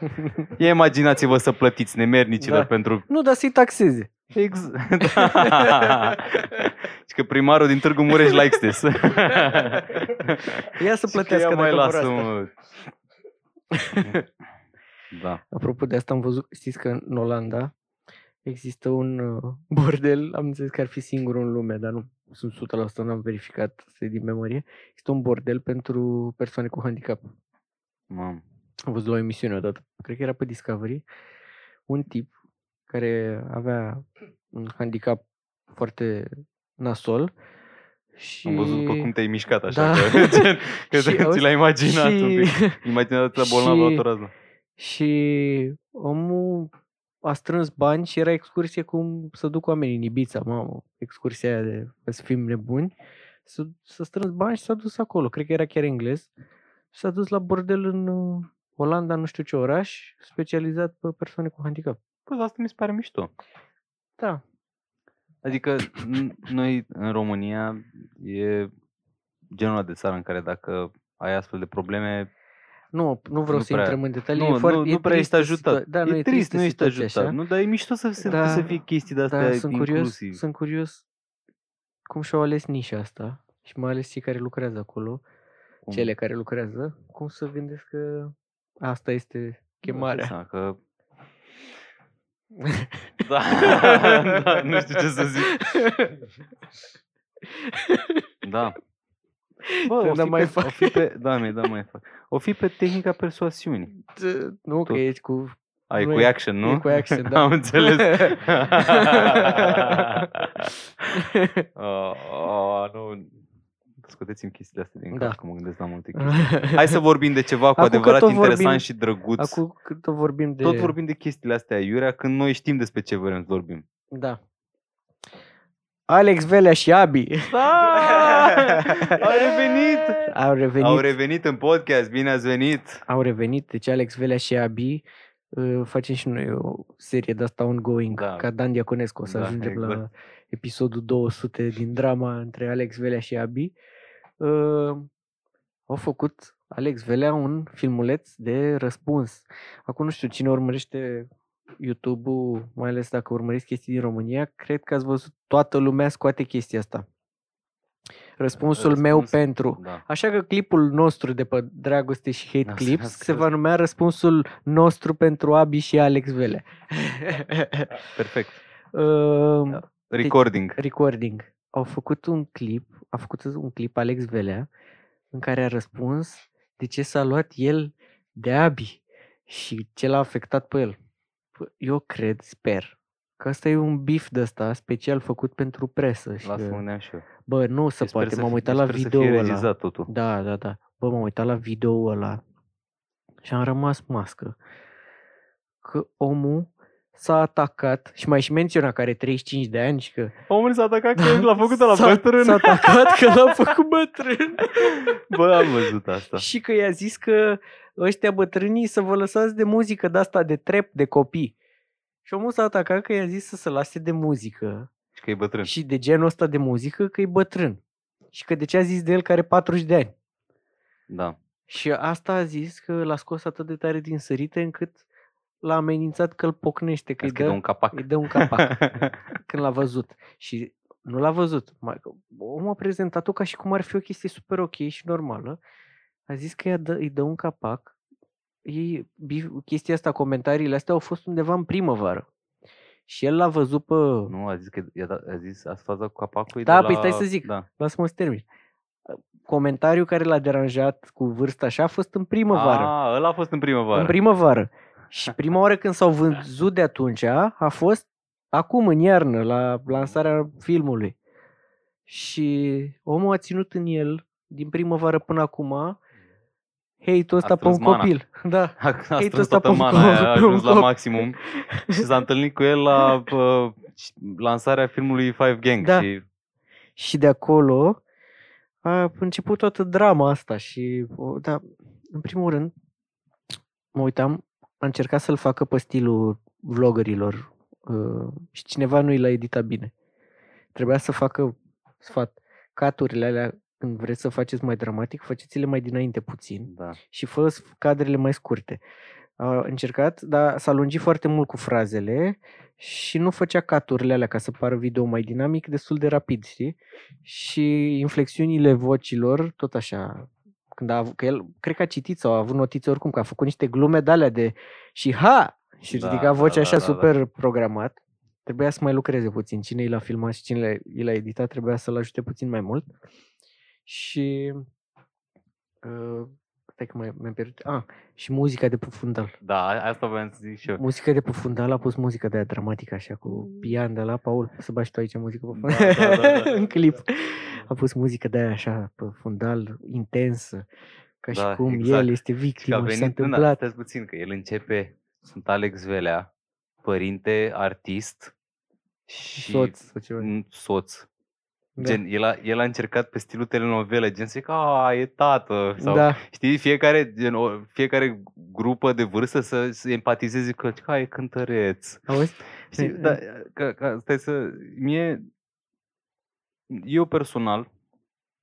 A: Ia imaginați-vă să plătiți nemernicilor
B: Da.
A: da. pentru...
B: Nu, dar să-i taxeze. [LAUGHS]
A: Ex... Da. Și că primarul din Târgu Mureș la Extes.
B: Ia să
A: mai
B: plătească dacă vor
A: lasă,
B: asta.
A: mă. Da.
B: Apropo de asta am văzut, știți că în Olanda există un uh, [LAUGHS] bordel, am înțeles că ar fi singurul în lume, dar nu sunt 100%, n-am verificat să din memorie. Există un bordel pentru persoane cu handicap.
A: Mam.
B: Am văzut la o emisiune odată, cred că era pe Discovery, un tip care avea un handicap foarte nasol și...
A: Am văzut după cum te-ai mișcat așa,
B: Da.
A: da. că, [LAUGHS] gen, că
B: [LAUGHS] Și
A: ți
B: auzi,
A: l-ai imaginat un pic.
B: și...
A: Imaginați-l
B: și-
A: bolnav la torază.
B: Și omul a strâns bani și era excursie cum să duc oamenii în Ibița, mamă, excursia aia de ca să fim nebuni. S-a, s-a strâns bani și s-a dus acolo, cred că era chiar englez. Și s-a dus la bordel în uh, Olanda, nu știu ce oraș, specializat pe persoane cu handicap.
A: Păi, asta mi se pare mișto.
B: Da,
A: Adică n- noi în România e genul ăla de țară în care dacă ai astfel de probleme,
B: nu, nu vreau
A: Nu
B: să
A: prea-
B: intrăm în detalii.
A: nu,
B: e foarte,
A: nu,
B: e
A: nu prea ești
B: tristă
A: ajutat.
B: situa- da, nu, e
A: trist,
B: tristă
A: nu ești
B: situația,
A: ajutat.
B: Așa?
A: Nu, dar e mișto să, se,
B: Da,
A: să fie chestii de astea
B: Da, sunt curios,
A: inclusiv.
B: sunt curios cum și-au ales nișa asta și mai ales cei care lucrează acolo,
A: Cum-
B: cele care lucrează, cum să gândesc că asta este chemarea.
A: Da, că...
B: [LAUGHS]
A: da, [LAUGHS] [LAUGHS] da, nu știu ce să
B: [LAUGHS]
A: zic. Da. Bă,
B: Să
A: o
B: n-am
A: fi,
B: mai
A: pe,
B: fac.
A: o fi pe, da, mi da, mai fac. O fi pe tehnica persoasiunii.
B: nu, că
A: Tot.
B: ești cu...
A: Ai
B: Nu
A: cu
B: e-
A: action, nu?
B: e cu action, da.
A: [LAUGHS] Am înțeles.
B: [LAUGHS]
A: oh, nu. Scoteți-mi chestiile astea din
B: Da.
A: da. cap, că mă gândesc la multe chestii. Hai
B: [LAUGHS]
A: să vorbim de ceva cu
B: Acum că
A: adevărat
B: tot
A: interesant
B: vorbim-
A: și drăguț.
B: Acum cât tot vorbim de...
A: Tot vorbim de chestiile astea aiurea când noi știm despre ce vrem să vorbim.
B: Da. Alex Velea și Abi
A: Da! [LAUGHS] Au revenit!
B: au revenit.
A: Au revenit în podcast, bine ați venit!
B: au revenit, deci Alex Velea și Abi uh, facem și noi o serie de asta ongoing, da.
A: Da.
B: ca Dan Diaconescu, o să da,
A: Da,
B: ajungem exact. la
A: exact.
B: episodul 200 din drama între Alex Velea și Abi. Uh, au făcut Alex Velea un filmuleț de răspuns. Acum nu știu cine urmărește YouTube-ul, mai ales dacă urmăriți chestii din România, cred că ați văzut toată lumea scoate chestia asta. Răspunsul Răspuns. meu
A: Răspuns-
B: pentru.
A: Da.
B: Așa că clipul nostru de pe Dragoste și Hate
A: Da, să
B: Clips
A: nască.
B: se va numea răspunsul nostru pentru Abi și Alex
A: [LAUGHS]
B: Vele.
A: Perfect.
B: uh,
A: Da. Recording.
B: recording. Au făcut un clip, a făcut un clip Alex Velea în care a răspuns de ce s-a luat el de Abi și ce l-a afectat pe el. Pă, Eu cred, sper, că asta e un bif de ăsta special făcut pentru presă. Și că-
A: Lasă-mă și eu.
B: bă, nu
A: Sper
B: se deci, uh, poate,
A: să
B: m-am
A: fi- deci
B: uitat la
A: sper
B: video
A: să fie
B: ăla.
A: regizat totul.
B: Da, da, da. Bă, m-am uitat la video ăla și am rămas mască. Că omul s-a atacat și mai și menționa că are 35 de ani și că
A: Omul s-a atacat că [LAUGHS] l-a făcut la
B: s-a,
A: bătrân.
B: s-a atacat că l-a
A: [LAUGHS]
B: făcut bătrân
A: Bă, am văzut
B: [LAUGHS]
A: asta.
B: și că i-a zis că ăștia bătrânii să vă lăsați de muzică de asta de trep de copii. Și omul s-a atacat că i-a zis să se lase de muzică
A: Și că e bătrân.
B: și de genul ăsta de muzică că e bătrân. Și că de ce a zis de el că are 40 de ani.
A: Da.
B: Și asta a zis că l-a scos atât de tare din sărite încât l-a amenințat că îl pocnește, că îi
A: Crezi că e de
B: dă,
A: un capac.
B: îi dă un capac când l-a văzut. Și nu l-a văzut. Mai, omul a prezentat-o ca și cum ar fi o chestie super ok și normală. A zis că ea dă, îi dă un capac. Ei, bif- chestia asta, comentariile astea au fost undeva în primăvară. Și el l-a văzut pe...
A: [LAUGHS] nu, a zis că i-a dat, a zis a faza cu capacul e
B: Da,
A: de la...
B: păi stai să zic.
A: Da.
B: Lasă-mă să termin. Comentariul care l-a deranjat cu vârsta așa a fost în primăvară.
A: A, ăla a fost în primăvară.
B: În primăvară. Și prima oară când s-au vândut de atunci a fost acum în iarnă, la lansarea filmului. Și omul a ținut în el din primăvară până acum hate-ul ăsta pe
A: strâns
B: un
A: mana.
B: copil. [LAUGHS] Da.
A: A, a
B: Hate-ul
A: strâns
B: ăsta
A: toată
B: pe un
A: mana aia, a
B: cop- pe un
A: ajuns la
B: cop.
A: maximum și s-a întâlnit cu el la uh, lansarea filmului Five Gang
B: Da.
A: și
B: Și de acolo a început toată drama asta și, o, da, în primul rând, mă uitam, a încercat să-l facă pe stilul vloggerilor uh, și cineva nu i l-a editat bine. Trebuia să facă sfat. Caturile alea, când vreți să faceți mai dramatic, faceți-le mai dinainte puțin
A: da.
B: și fă s- cadrele mai scurte. A încercat, dar s-a lungit foarte mult cu frazele și nu făcea caturile alea ca să pară video mai dinamic, destul de rapid, știi? Și inflexiunile vocilor, tot așa, când a avut, că el, cred că a citit sau a avut notițe oricum, că a făcut niște glume de alea de și ha! Și
A: Da,
B: ridica
A: da,
B: vocea
A: da, da,
B: așa
A: da.
B: super programat. Trebuia să mai lucreze puțin. Cine i l-a filmat și cine le- i l-a editat trebuia să-l ajute puțin mai mult. Și uh, Stai că mai, mi-am pierdut. Ah, și muzica de pe fundal.
A: Da, a- asta voiam să zic și eu.
B: Muzica de pe fundal a pus muzica de aia dramatică așa cu pian de la Paul. Poți să bași tu aici muzică pe fundal?
A: Da, da, da, da,
B: [LAUGHS] În clip.
A: da.
B: A pus muzică de aia așa pe fundal, intensă. Ca
A: Da,
B: și cum
A: exact.
B: el este
A: Și că a
B: victimă și s-a
A: venit, nu,
B: întâmplat.
A: da, stai puțin, că el începe, sunt Alex Velea, părinte, artist și
B: Soț sau ceva.
A: un soț.
B: Da.
A: Gen, el a, el a încercat pe stilul telenovele, gen să zic, a, e tată, sau
B: Da,
A: Știi, fiecare, gen, o, fiecare grupă de vârstă să, să empatizeze cu că ai cântăreț.
B: auzi?
A: Știi,
B: Mm,
A: da, că, că, stai să... Mie, eu personal,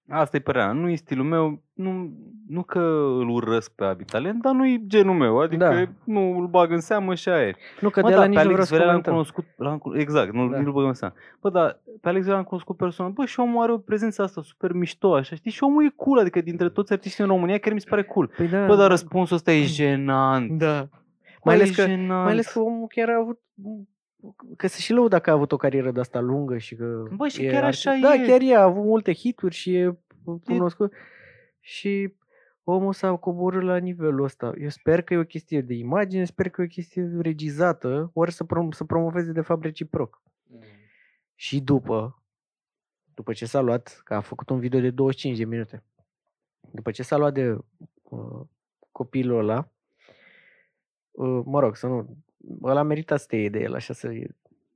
A: asta e părerea mea, nu e stilul meu, nu, nu că îl urăsc pe Abi Talent, dar nu e genul meu, adică
B: Da.
A: nu îl bag în seamă și aia e.
B: Nu, că
A: Mă,
B: de
A: da,
B: la
A: pe
B: nici nu vreau
A: Alex
B: să
A: Velea l-am
B: comentăm.
A: cunoscut, l-am, cuno- exact, nu,
B: Da.
A: da. nu-l băgăm în seamă. Bă, dar pe Alex Velea l-am cunoscut personal, bă, și omul are o prezență asta super mișto, așa, știi? Și omul e cool, adică dintre toți artiștii în România chiar mi se pare cool.
B: Păi da,
A: Bă, dar răspunsul ăsta e jenant.
B: Da.
A: Bă, e
B: Mai ales că
A: jenant.
B: Mai ales că omul chiar a avut că se și lăuda că a avut o carieră de asta lungă și că
A: Bă, și
B: e
A: chiar
B: artist.
A: așa
B: Da,
A: e.
B: chiar e, a avut multe hituri și e cunoscut. Și omul s-a coborât la nivelul ăsta. Eu sper că e o chestie de imagine, sper că e o chestie regizată, ori să, prom- să promoveze de fapt reciproc.
A: Mm.
B: Și după, după ce s-a luat, că a făcut un video de 25 de minute, după ce s-a luat de uh, copilul ăla, uh, mă rog, să nu, ăla merita să te iei de el, așa să...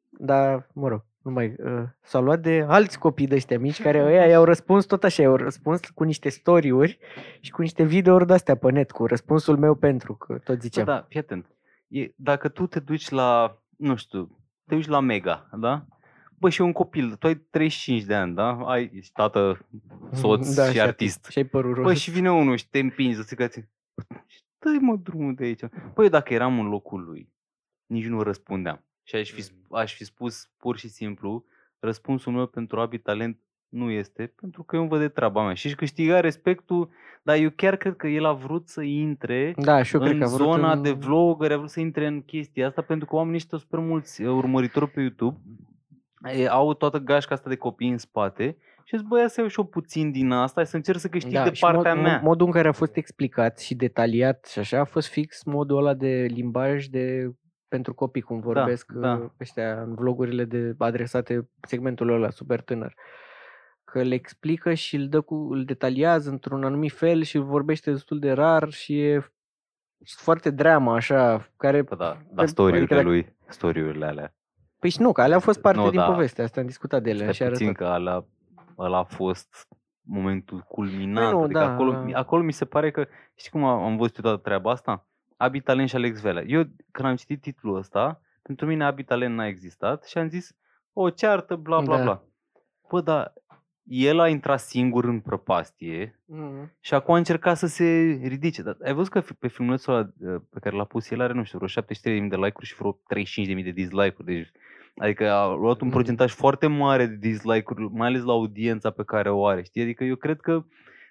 B: Dar, mă rog, nu mai... Uh, s-a luat de alți copii de ăștia mici, care ăia i-au răspuns tot așa, i-au răspuns cu niște story-uri și cu niște videouri de-astea pe net, cu răspunsul meu pentru, că tot
A: Bă,
B: ziceam. [LAUGHS]
A: da, fii atent. E, dacă tu te duci la, nu știu, te duci la Mega, da? Bă, și e un copil, tu ai 35 de ani, da? Ai ești [LAUGHS] tată, soț da, și artist.
B: Și ai părul
A: Bă,
B: roz.
A: și vine unul și te împingi, să zică ție, [LAUGHS] dă-i mă drumul de aici. Băi, dacă eram în locul lui, nici nu răspundeam. Și aș fi, sp- aș fi spus pur și simplu, răspunsul meu pentru Abi Talent nu este, pentru că eu îmi văd de treaba mea. Și își câștiga respectul, dar eu chiar cred că el a vrut să intre
B: da, și eu cred
A: în
B: că a vrut
A: zona
B: în...
A: de vlogger, a vrut să intre în chestia asta pentru că oamenii ăștia super mulți uh, urmăritori pe YouTube e, au toată gașca asta de copii în spate și îți băia să iau și eu puțin din asta și să încerc să câștig de
B: Da, și
A: partea
B: mod,
A: mea.
B: mod- Modul în care a fost explicat și detaliat și așa a fost fix modul ăla de limbaj de pentru copii, cum vorbesc
A: da.
B: da. ăștia în vlogurile de adresate segmentul ăla super tânăr. Că le explică și îl, dă cu, îl detaliază într-un anumit fel și vorbește destul de rar și e foarte dreamă așa, care...
A: Bă, da,
B: Adică
A: da story-urile
B: dacă-
A: lui, story-urile alea.
B: Păi și nu, că alea au fost parte
A: Nu,
B: din
A: da.
B: poveste, asta am discutat de ele. Și
A: Stai puțin
B: arătat.
A: că ala, ala a fost momentul culminant.
B: Păi nu,
A: adică
B: da,
A: acolo,
B: da.
A: acolo mi se pare că, știi cum am am văzut eu toată treaba asta? Abi Talen și Alex Velea. Eu când am citit titlul ăsta, pentru mine Abi Talen n-a existat și am zis o ceartă, bla bla
B: Da.
A: da. bla. Bă, dar el a intrat singur în prăpastie,
B: Mm.
A: și acum a încercat să se ridice. Dar ai văzut că fi- pe filmulețul ăla uh, pe care l-a pus el are, nu știu, vreo 73.000 de like-uri și vreo 35.000 de dislike-uri. Deci, adică a luat un
B: Mm.
A: procentaj foarte mare de dislike-uri, mai ales la audiența pe care o are. Știi? Adică eu cred că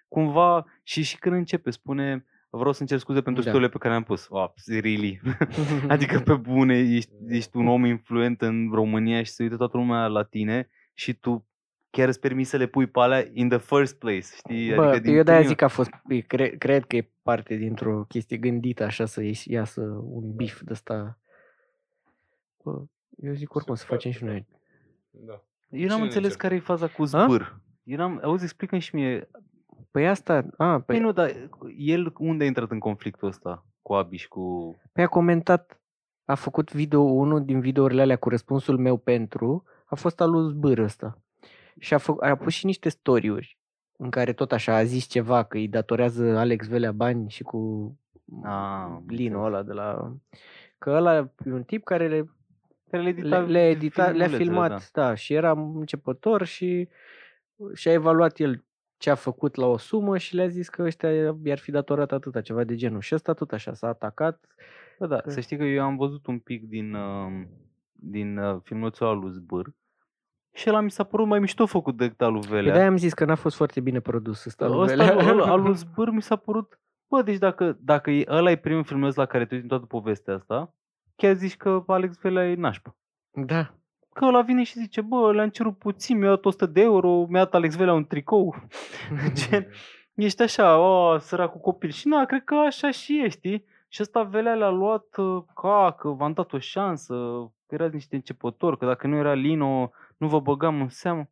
A: cumva și, și când începe spune vreau să-mi cer scuze pentru
B: Da.
A: da. pe care le-am pus. Oh,
B: [LAUGHS]
A: really? [LAUGHS] [LAUGHS] Adică pe bune ești, ești un om influent în România și se uită toată lumea la tine și tu chiar îți permis să le pui pe alea in the first place, știi?
B: Bă,
A: adică din
B: eu de-aia
A: prima.
B: zic că a fost, e, cre, cred că e parte dintr-o chestie gândită așa să ieși, iasă un bif de ăsta. Bă, eu zic oricum să
C: Se poate,
B: facem și
C: da.
B: noi.
C: Da.
A: Eu
C: Cine
A: n-am
C: ne
A: înțeles
C: încearcă?
A: care e faza cu zbâr. Eu n-am, auzi, explică și mie
B: Păi asta, a,
A: Păi
B: păi,
A: nu, dar el unde a intrat în conflictul ăsta cu Abi și cu...
B: păi a comentat, a făcut video unul din videourile alea cu răspunsul meu pentru, a fost al lui Zbâr ăsta. Și a, fă, a pus și niște story-uri în care tot așa a zis ceva că îi datorează Alex Velea bani și cu
A: Ah, am
B: Lino
A: înțeles.
B: ăla de la... Că ăla e un tip care le
A: Care le
B: le,
A: edita,
B: le edita, le-a
A: filmulețele,
B: filmat, da. da, și era începător și și-a evaluat el ce a făcut la o sumă și le-a zis că ăștia i-ar fi datorat atâta, ceva de genul. Și ăsta tot așa s-a atacat.
A: Bă, da,
B: Că-
A: să știi că eu am văzut un pic din, uh, din uh, filmulețul ăla lui Zbâr și ăla mi s-a părut mai mișto făcut decât al lui
B: Pe de-aia
A: Velea.
B: am zis că n-a fost foarte bine produs ăsta. lui
A: Păi Ăsta,
B: Velea.
A: [LAUGHS] al- al lui Zbâr mi s-a părut... Bă, deci dacă, dacă e, ăla e primul filmuleț la care te uiți în toată povestea asta, chiar zici că Alex Velea e nașpa.
B: Da.
A: Că ăla vine și zice, bă, le-am cerut puțin, mi-a dat 100 de euro, mi-a dat Alex Velea un tricou. Gen, ești așa, o, săracul copil. Și na, cred că așa și ești, știi? Și ăsta Velea le-a luat uh, ca, că v-am dat o șansă, că erați niște începători, că dacă nu era Lino, nu vă băgam în seamă.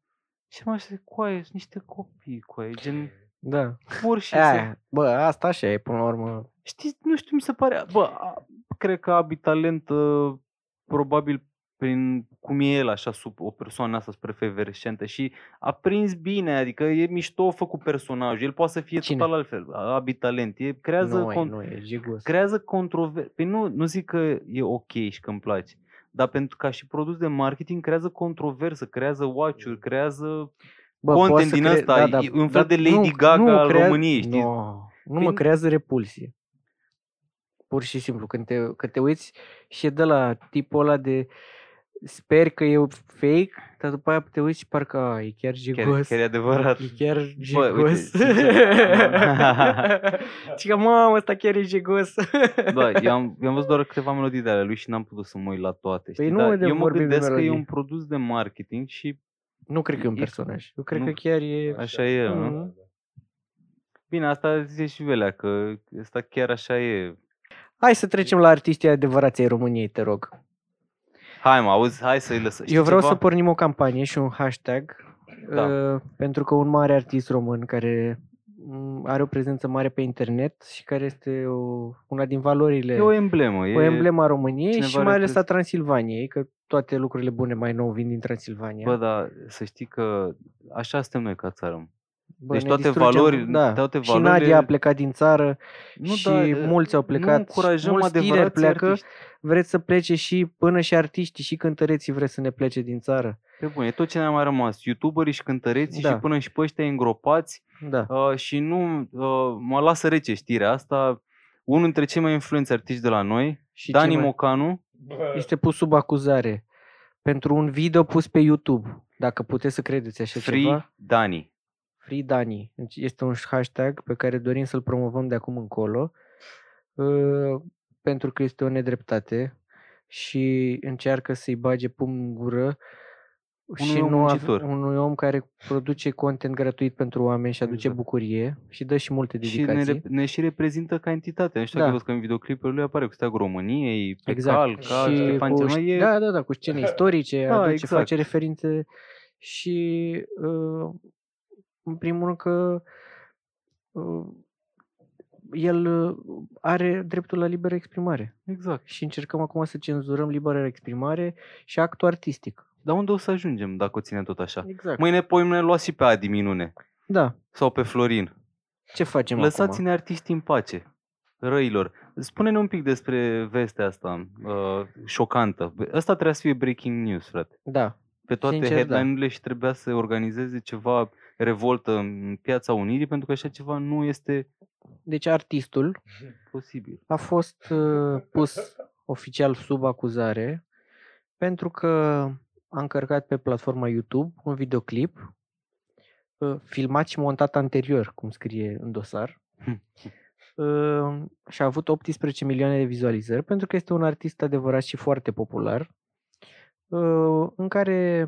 A: Și mai așa, coaie, sunt niște copii, coaie, gen,
B: [LAUGHS] Da.
A: [LAUGHS] pur și se...
B: Aia, bă, asta așa e până la urmă.
A: Știi, nu știu, mi se pare, bă, a- cred că Abi Talent, uh, probabil prin cum e el așa sub o persoană asta spre feverescentă și a prins bine, adică e mișto făcut personajul, el poate să fie
B: Cine?
A: total altfel, Abi Talent, e, creează,
B: Nu e,
A: con-
B: nu e, jigul ăsta.
A: creează controverse. Păi nu, nu zic că e ok și că îmi place, dar pentru ca și produs de marketing creează controversă, creează
B: Mm.
A: watch-uri, creează
B: Bă,
A: content
B: poate să
A: din
B: cre-
A: ăsta,
B: da, da,
A: e un fel
B: dar
A: de
B: nu-
A: Lady Gaga
B: nu
A: al
B: crea-
A: României, știi?
B: No, nu
A: Păi
B: mă
A: nu-
B: creează repulsie. Pur și simplu, când te, când te uiți și e de la tipul ăla de sper că e fake, dar după aia te uiți și parcă a, e
A: chiar,
B: chiar jigos.
A: chiar e adevărat.
B: E chiar
A: Bă, uite,
B: jigos.
A: sincer,
B: [LAUGHS] Și că, mamă, ăsta chiar e jigos.
A: Da, eu am, eu am văzut doar câteva melodii de ale lui și n-am putut să mă uit la toate. Știi?
B: Păi nu
A: Dar
B: vedem
A: eu mă
B: vorbim de
A: gândesc că e
B: melodii.
A: un produs de marketing și
B: nu cred că e un
A: E-
B: personaj. Eu cred
A: nu.
B: că chiar e...
A: așa e,
C: Da,
A: nu?
B: Mhm.
A: Bine, asta zice și Velea, că ăsta chiar așa e.
B: Hai să trecem la artiștii adevărați ai României, te rog.
A: Hai mă, auzi, hai să-i lăsăm. Știi
B: Eu vreau
A: ceva?
B: să pornim o campanie și un hashtag,
A: Da.
B: uh, pentru că un mare artist român care mm, are o prezență mare pe internet și care este o, una din valorile,
A: E o emblemă.
B: o emblemă a României
A: cineva
B: și mai ales a
A: reprezent-
B: Transilvaniei, că toate lucrurile bune mai nou vin din Transilvania.
A: Bă, dar să știi că așa suntem noi ca țară. mă.
B: Bă,
A: deci
B: ne
A: toate
B: distrugem,
A: valori-
B: da.
A: toate
B: Și Nadia a
A: valorile-
B: plecat din țară,
A: Nu,
B: Și
A: dar, uh,
B: mulți au plecat
A: Nu încurajăm
B: și mulți tineri
A: adevărații
B: pleacă.
A: artiști.
B: vreți să plece și până și artiștii și cântăreții vreți să ne plece din țară.
A: Pe bune, tot ce ne-a mai rămas. Youtuberii și cântăreții
B: Da.
A: și până și pe ăștia îngropați
B: Da.
A: Uh, și nu uh, mă lasă rece știrea asta. Unul dintre cei mai influenți artiști de la noi,
B: Și
A: Dani
B: ce mai-
A: Mocanu,
C: Bă,
B: este pus sub acuzare pentru un video pus pe YouTube. Dacă puteți să credeți așa
A: Free
B: ceva.
A: Dani.
B: Free Dani. Deci Este un hashtag pe care dorim să-l promovăm de acum încolo, uh, pentru că este o nedreptate și încearcă să-i bage pumn în gură și
A: om
B: nu ave-
A: muncitor.
B: unui om care produce content gratuit pentru oameni și aduce
A: Exact.
B: bucurie și dă și multe
A: Și ne,
B: dedicații.
A: rep- ne și reprezintă ca entitate. Nu știu
B: Da. Exact.
A: dacă ai văzut că în videoclipul lui apare cu steagul României, pe cal, cal,
B: și
A: Ștefan
B: cu,
A: cel
B: ști-
A: Mai e...
B: Da, da, da, cu
A: [LAUGHS]
B: scene istorice,
A: Da,
B: aduce,
A: exact.
B: face referințe și uh, în primul rând că uh, el uh, are dreptul la liberă exprimare
A: Exact.
B: și încercăm acum să cenzurăm libera exprimare și actul artistic.
A: Dar unde o să ajungem dacă o ținem tot așa?
B: Exact.
A: Mâine, poimne, luați și pe Adi Minune
B: Da,
A: sau pe Florin.
B: ce facem acum?
A: Lăsați-ne artiștii în pace, răilor. Spune-ne un pic despre vestea asta uh, șocantă. Asta trebuia să fie breaking news, frate.
B: Da,
A: pe toate
B: Sincer, da.
A: headline-urile și trebuia să organizeze ceva revoltă în piața Unirii, pentru că așa ceva nu este
B: deci artistul
A: posibil.
B: a fost uh, pus oficial sub acuzare pentru că a încărcat pe platforma YouTube un videoclip uh, filmat și montat anterior, cum scrie în dosar, uh, și a avut 18 milioane de vizualizări pentru că este un artist adevărat și foarte popular, uh, în care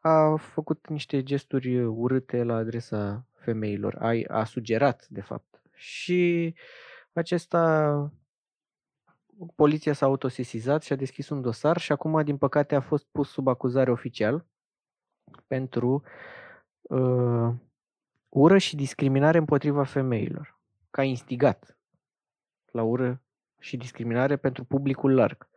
B: a făcut niște gesturi uh, urâte la adresa femeilor, a, a sugerat, de fapt. Și acesta poliția s-a autosesizat și a deschis un dosar și acum, din păcate, a fost pus sub acuzare oficial pentru uh, Ură și discriminare împotriva femeilor, ca instigat la ură și discriminare pentru publicul larg.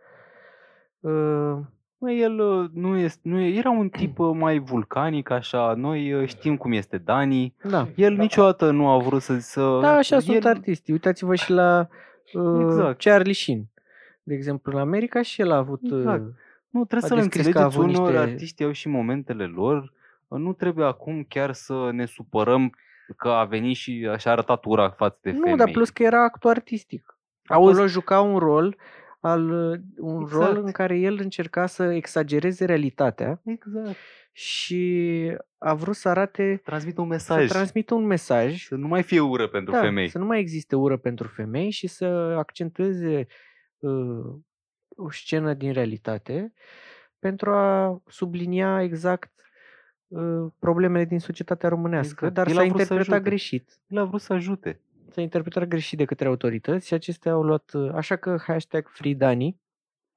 B: Uh,
A: Mă, el uh, nu este, nu e, era un tip uh, mai vulcanic, așa, noi uh, știm cum este Dani.
B: da.
A: El niciodată nu a vrut să... să
B: Da, așa
A: uh, el,
B: sunt artiștii. Uitați-vă și la uh,
A: Exact.
B: Charlie Sheen. De exemplu, în America și el a avut... uh,
A: Exact. Nu,
B: a
A: trebuie să le
B: descris că a
A: înțelegeți,
B: avut
A: unor
B: niște-
A: artiști au și momentele lor. Uh, Nu trebuie acum chiar să ne supărăm că a venit și așa a arătat ura față de
B: nu,
A: femei.
B: dar plus că era actul artistic.
A: Auzi.
B: Acolo juca un rol al, uh, un
A: Exact.
B: rol în care el încerca să exagereze realitatea
A: Exact.
B: și a vrut să arate,
A: Transmite un
B: să
A: mesaj. Să,
B: transmită un mesaj Da,
A: nu mai fie ură pentru femei.
B: Să nu mai existe ură pentru femei și să accentueze uh, o scenă din realitate pentru a sublinia exact uh, problemele din societatea românească,
A: Exact.
B: dar
A: El
B: s-a
A: a vrut să
B: interpretat
A: ajute.
B: greșit.
A: El a vrut să ajute.
B: S-a interpretat greșit de către autorități și acestea au luat, uh, așa că hashtag FreeDani,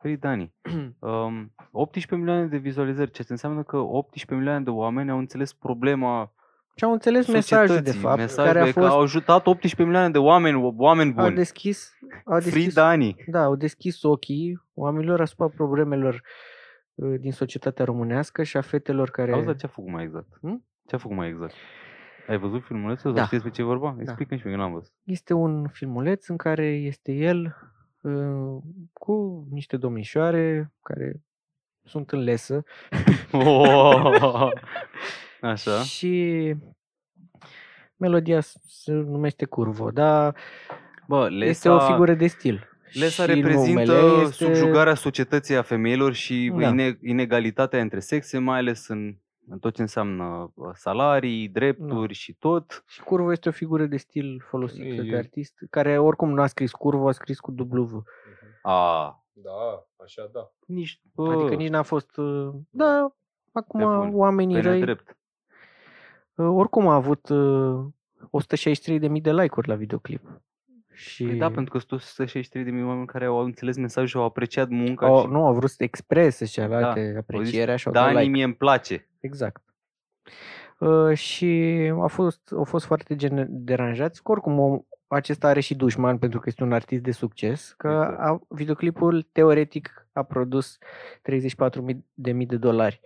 A: Păi, Dani, um, 18 milioane de vizualizări, ceea ce înseamnă că 18 milioane de oameni au înțeles problema
B: și au înțeles mesajul de
A: societății,
B: fapt,
A: mesajul
B: care a
A: e că
B: fost,
A: au ajutat 18 milioane de oameni, o- oameni
B: au
A: buni.
B: deschis, au
A: Free
B: deschis
A: Dani.
B: Da, au deschis ochii oamenilor asupra problemelor uh, din societatea românească și a fetelor care...
A: Auzi, dar ce a făcut mai exact?
B: Hmm?
A: Ce a făcut mai exact? Ai văzut filmulețul?
B: Da.
A: Da. Știi despre ce e vorba? Explică-mi și mie că n-am văzut. [LAUGHS]
B: Este un filmuleț în care este el uh, cu niște domnișoare care sunt în lesă
A: Așa.
B: și melodia s- se numește Curvo, da? dar
A: Bă,
B: Lesa...
A: Lesa,
B: este o figură de stil.
A: Lesa
B: Și
A: reprezintă
B: numele
A: este... subjugarea societății a femeilor și
B: Da.
A: da. inegalitatea între sexe, mai ales în, în tot ce înseamnă uh, salarii,
B: Da.
A: drepturi și tot.
B: Și Curvo este o figură de stil folosită
C: E-
B: de artist, care oricum nu a scris Curvo, a scris cu W.
A: A,
C: Da, așa da.
A: nici, bă,
B: Adică nici n-a fost... uh, Da, acum
A: Oh. bun. Păi
B: oamenii
A: pe
B: răi...
A: nedrept.
B: uh, Oricum a avut uh, 163.000 de like-uri la videoclip. Și
A: Păi da, pentru că sunt 163 de mii oameni care au înțeles mesajul, au apreciat munca
B: au,
A: și
B: nu, au vrut să exprese și arate da,
A: au zis,
B: aprecierea și au dat
A: Dani
B: like.
A: mie îmi place.
B: Exact. Uh, și a fost, au fost foarte gene- deranjați. că Oricum, om, acesta are și dușman pentru că este un artist de succes. Că
A: Exact.
B: a, videoclipul teoretic a produs 34.000 de, mii de dolari.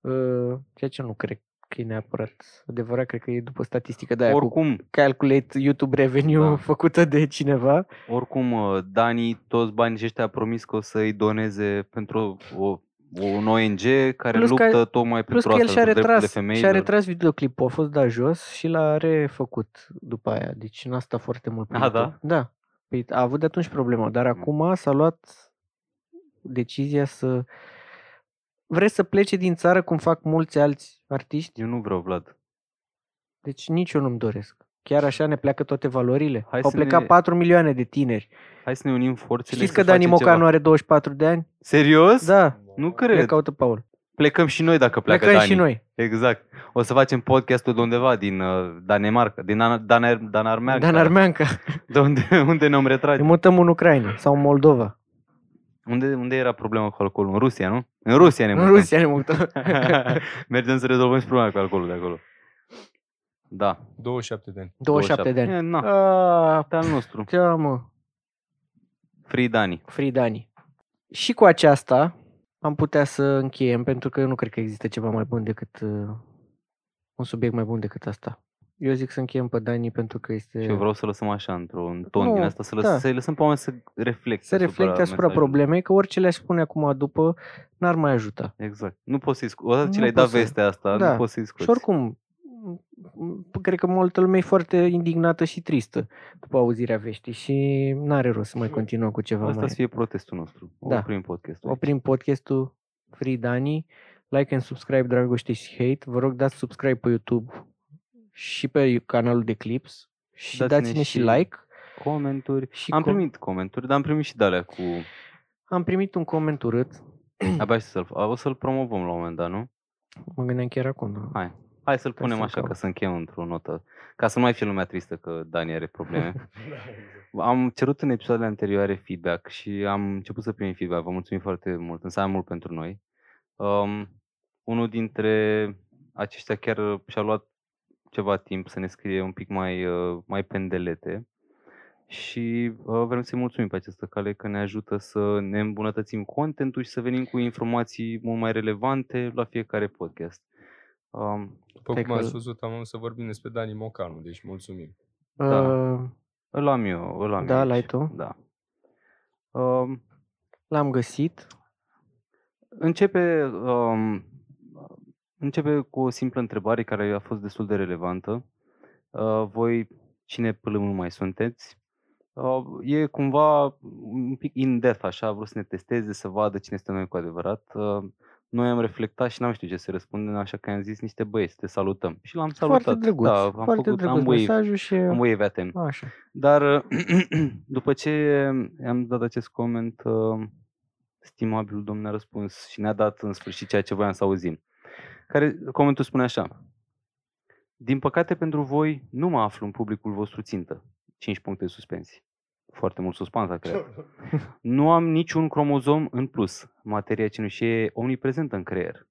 B: Uh, ceea ce nu cred că e neapărat adevărat, cred că e după statistică de aia cu
A: Oricum,
B: calculate YouTube revenue da.
A: Da.
B: făcută de cineva.
A: Oricum, uh, Dani, toți banii ăștia a promis că o să-i doneze pentru o, o- un ONG care
B: Plus că-
A: luptă tocmai
B: Plus
A: pentru
B: că el
A: asta, pentru
B: și-a
A: drepturile
B: retras, și-a
A: femeilor.
B: retras videoclipul, a fost dat jos și l-a refăcut după aia. Deci n-a stat foarte mult pe
A: Ah,
B: YouTube.
A: da?
B: Da. Păi a avut de atunci problemă, dar
A: Mm.
B: acum s-a luat decizia să... Vreți să plece din țară cum fac mulți alți artiști?
A: Eu nu vreau, Vlad.
B: Deci nici eu nu-mi doresc. Chiar așa ne pleacă toate valorile.
A: Hai
B: Au
A: să
B: plecat
A: ne-
B: 4 milioane de tineri.
A: Hai să ne unim forțele
B: Știți
A: să
B: că Dani
A: facem
B: Moca
A: ceva.
B: nu are 24 de ani?
A: Serios?
B: Da.
A: Nu
B: Le
A: cred.
B: caută Paul.
A: Plecăm și noi dacă pleacă
B: Plecăm
A: Dani.
B: și noi.
A: Exact. O să facem podcastul de undeva din uh, Danemarca, din Dan- Dan- Danarmeaca.
B: Dan Armeanca.
A: [LAUGHS] De unde, unde ne-am
B: Ne
A: retrage.
B: mutăm în Ucraina sau în Moldova.
A: Unde, unde era problema cu alcoolul? În Rusia, nu? În Rusia ne
B: În
A: mutăm.
B: Rusia ne mutăm.
A: [LAUGHS] Mergem să rezolvăm și problema cu alcoolul de acolo. Da.
C: 27 de ani.
B: 27 de ani.
A: E, na,
B: Ah,
A: pe al nostru.
B: Ce mă,
A: Free Dani.
B: Free Dani. Și cu aceasta am putea să încheiem, pentru că eu nu cred că există ceva mai bun decât uh, un subiect mai bun decât asta. Eu zic să încheiem pe Dani pentru că este...
A: Și eu vreau să lăsăm așa, într-un ton
B: Nu,
A: din asta, să, lăs,
B: da.
A: să-i lăsăm pe oameni să reflecte.
B: să reflecte asupra
A: mesajului.
B: problemei, că orice le-aș spune acum după n-ar mai ajuta.
A: Exact. Nu poți să-i scoți. Odată ce
B: Nu
A: le-ai dat
B: poți să-
A: vestea asta,
B: da.
A: nu poți să-i scoți.
B: Și oricum, m- m- cred că multă lume e foarte indignată și tristă după auzirea veștii și n-are rost să mai continuăm cu ceva
A: Asta
B: mai...
A: să fie protestul nostru.
B: Da.
A: Oprim podcastul.
B: Oprim podcastul Free Dani. Like and subscribe, dragoste și hate. Vă rog, dați subscribe pe YouTube și pe canalul de clips. Și dați-ne,
A: Dați-ne
B: și,
A: și-
B: like.
A: Comenturi.
B: Și
A: am
B: com-
A: primit comenturi, dar am primit și de alea
B: [CLEARS THROAT]
A: cu...
B: am primit un coment urât.
A: Abia aștept să-l... O să-l promovăm la un moment dat, nu?
B: Mă gândeam chiar acum.
A: Hai. Hai să-l
B: Hai
A: punem
B: să-l
A: așa, ca
B: caut.
A: să încheiem într-o notă. Ca să nu mai fie lumea tristă că Dani are probleme.
C: Da, exact.
A: Am cerut în episoadele anterioare feedback și am început să primim feedback. Vă mulțumim foarte mult, înseamnă mult pentru noi. Um, unul dintre aceștia chiar și-a luat ceva timp să ne scrie un pic mai, uh, mai pendelete și uh, vrem să-i mulțumim pe această cale că ne ajută să ne îmbunătățim contentul și să venim cu informații mult mai relevante la fiecare podcast. Um,
C: După
B: Cred
C: cum
B: că-
C: ați văzut, am să vorbim despre Dani Mocanu, deci mulțumim.
A: Da.
B: Uh,
A: îl am eu, îl am
B: Da,
A: eu
B: l-ai
A: aici.
B: tu?
A: Da. Um,
B: L-am găsit.
A: Începe, um, începe cu o simplă întrebare care a fost destul de relevantă. Uh, voi cine plâmul mai sunteți? Uh, e cumva un pic in-depth, așa, a vrut să ne testeze, să vadă cine suntem noi cu adevărat. Uh, noi am reflectat și n-am știut ce să răspundem, așa că am zis niște băieți, te salutăm. Și l-am salutat.
B: Foarte drăguț.
A: da, am
B: foarte
A: făcut,
B: drăguț
A: am wave,
B: mesajul și...
A: am wave at him.
B: Așa.
A: Dar [CLEARS THROAT] după ce am dat acest coment, uh, stimabilul domn ne-a răspuns și ne-a dat în sfârșit ceea ce voiam să auzim. Care, comentul spune așa. Din păcate pentru voi, nu mă aflu în publicul vostru țintă. 5 puncte de suspensii. Foarte mult suspans, a creat. Nu am niciun cromozom în plus. Materia cenușie e omniprezentă în creier.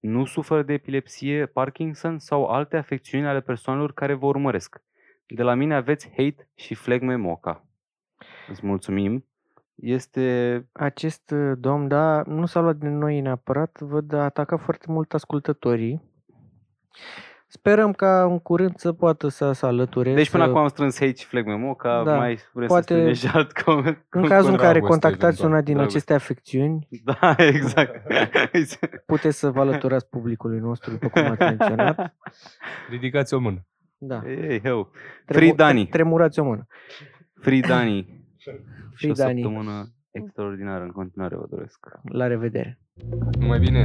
A: Nu sufăr de epilepsie, Parkinson sau alte afecțiuni ale persoanelor care vă urmăresc. De la mine aveți hate și flegme moca. Îți mulțumim. Este...
B: Acest uh, domn, da, nu s-a luat de noi neapărat, văd a atacat foarte mult ascultătorii. Sperăm ca în curând să poată să se alăture.
A: Deci până
B: să...
A: acum am strâns hate și flegme moca,
B: Da,
A: da, mai vrem
B: poate-
A: să strângem și alt [LAUGHS] coment.
B: În cazul în care
C: dragoste,
A: da,
B: contactați
C: eventual.
B: una din
A: Dragoste.
B: aceste afecțiuni,
A: Da,
B: [LAUGHS]
A: exact.
B: puteți să vă alăturați publicului nostru, după cum
A: [LAUGHS]
B: ați menționat.
C: Ridicați o mână.
B: Da.
A: Ei, eu. Free Dani.
B: Tremurați o mână.
A: Free Dani. și
B: Free
A: o
B: Dani.
A: săptămână extraordinară în continuare vă doresc.
B: La revedere.
C: Mai bine.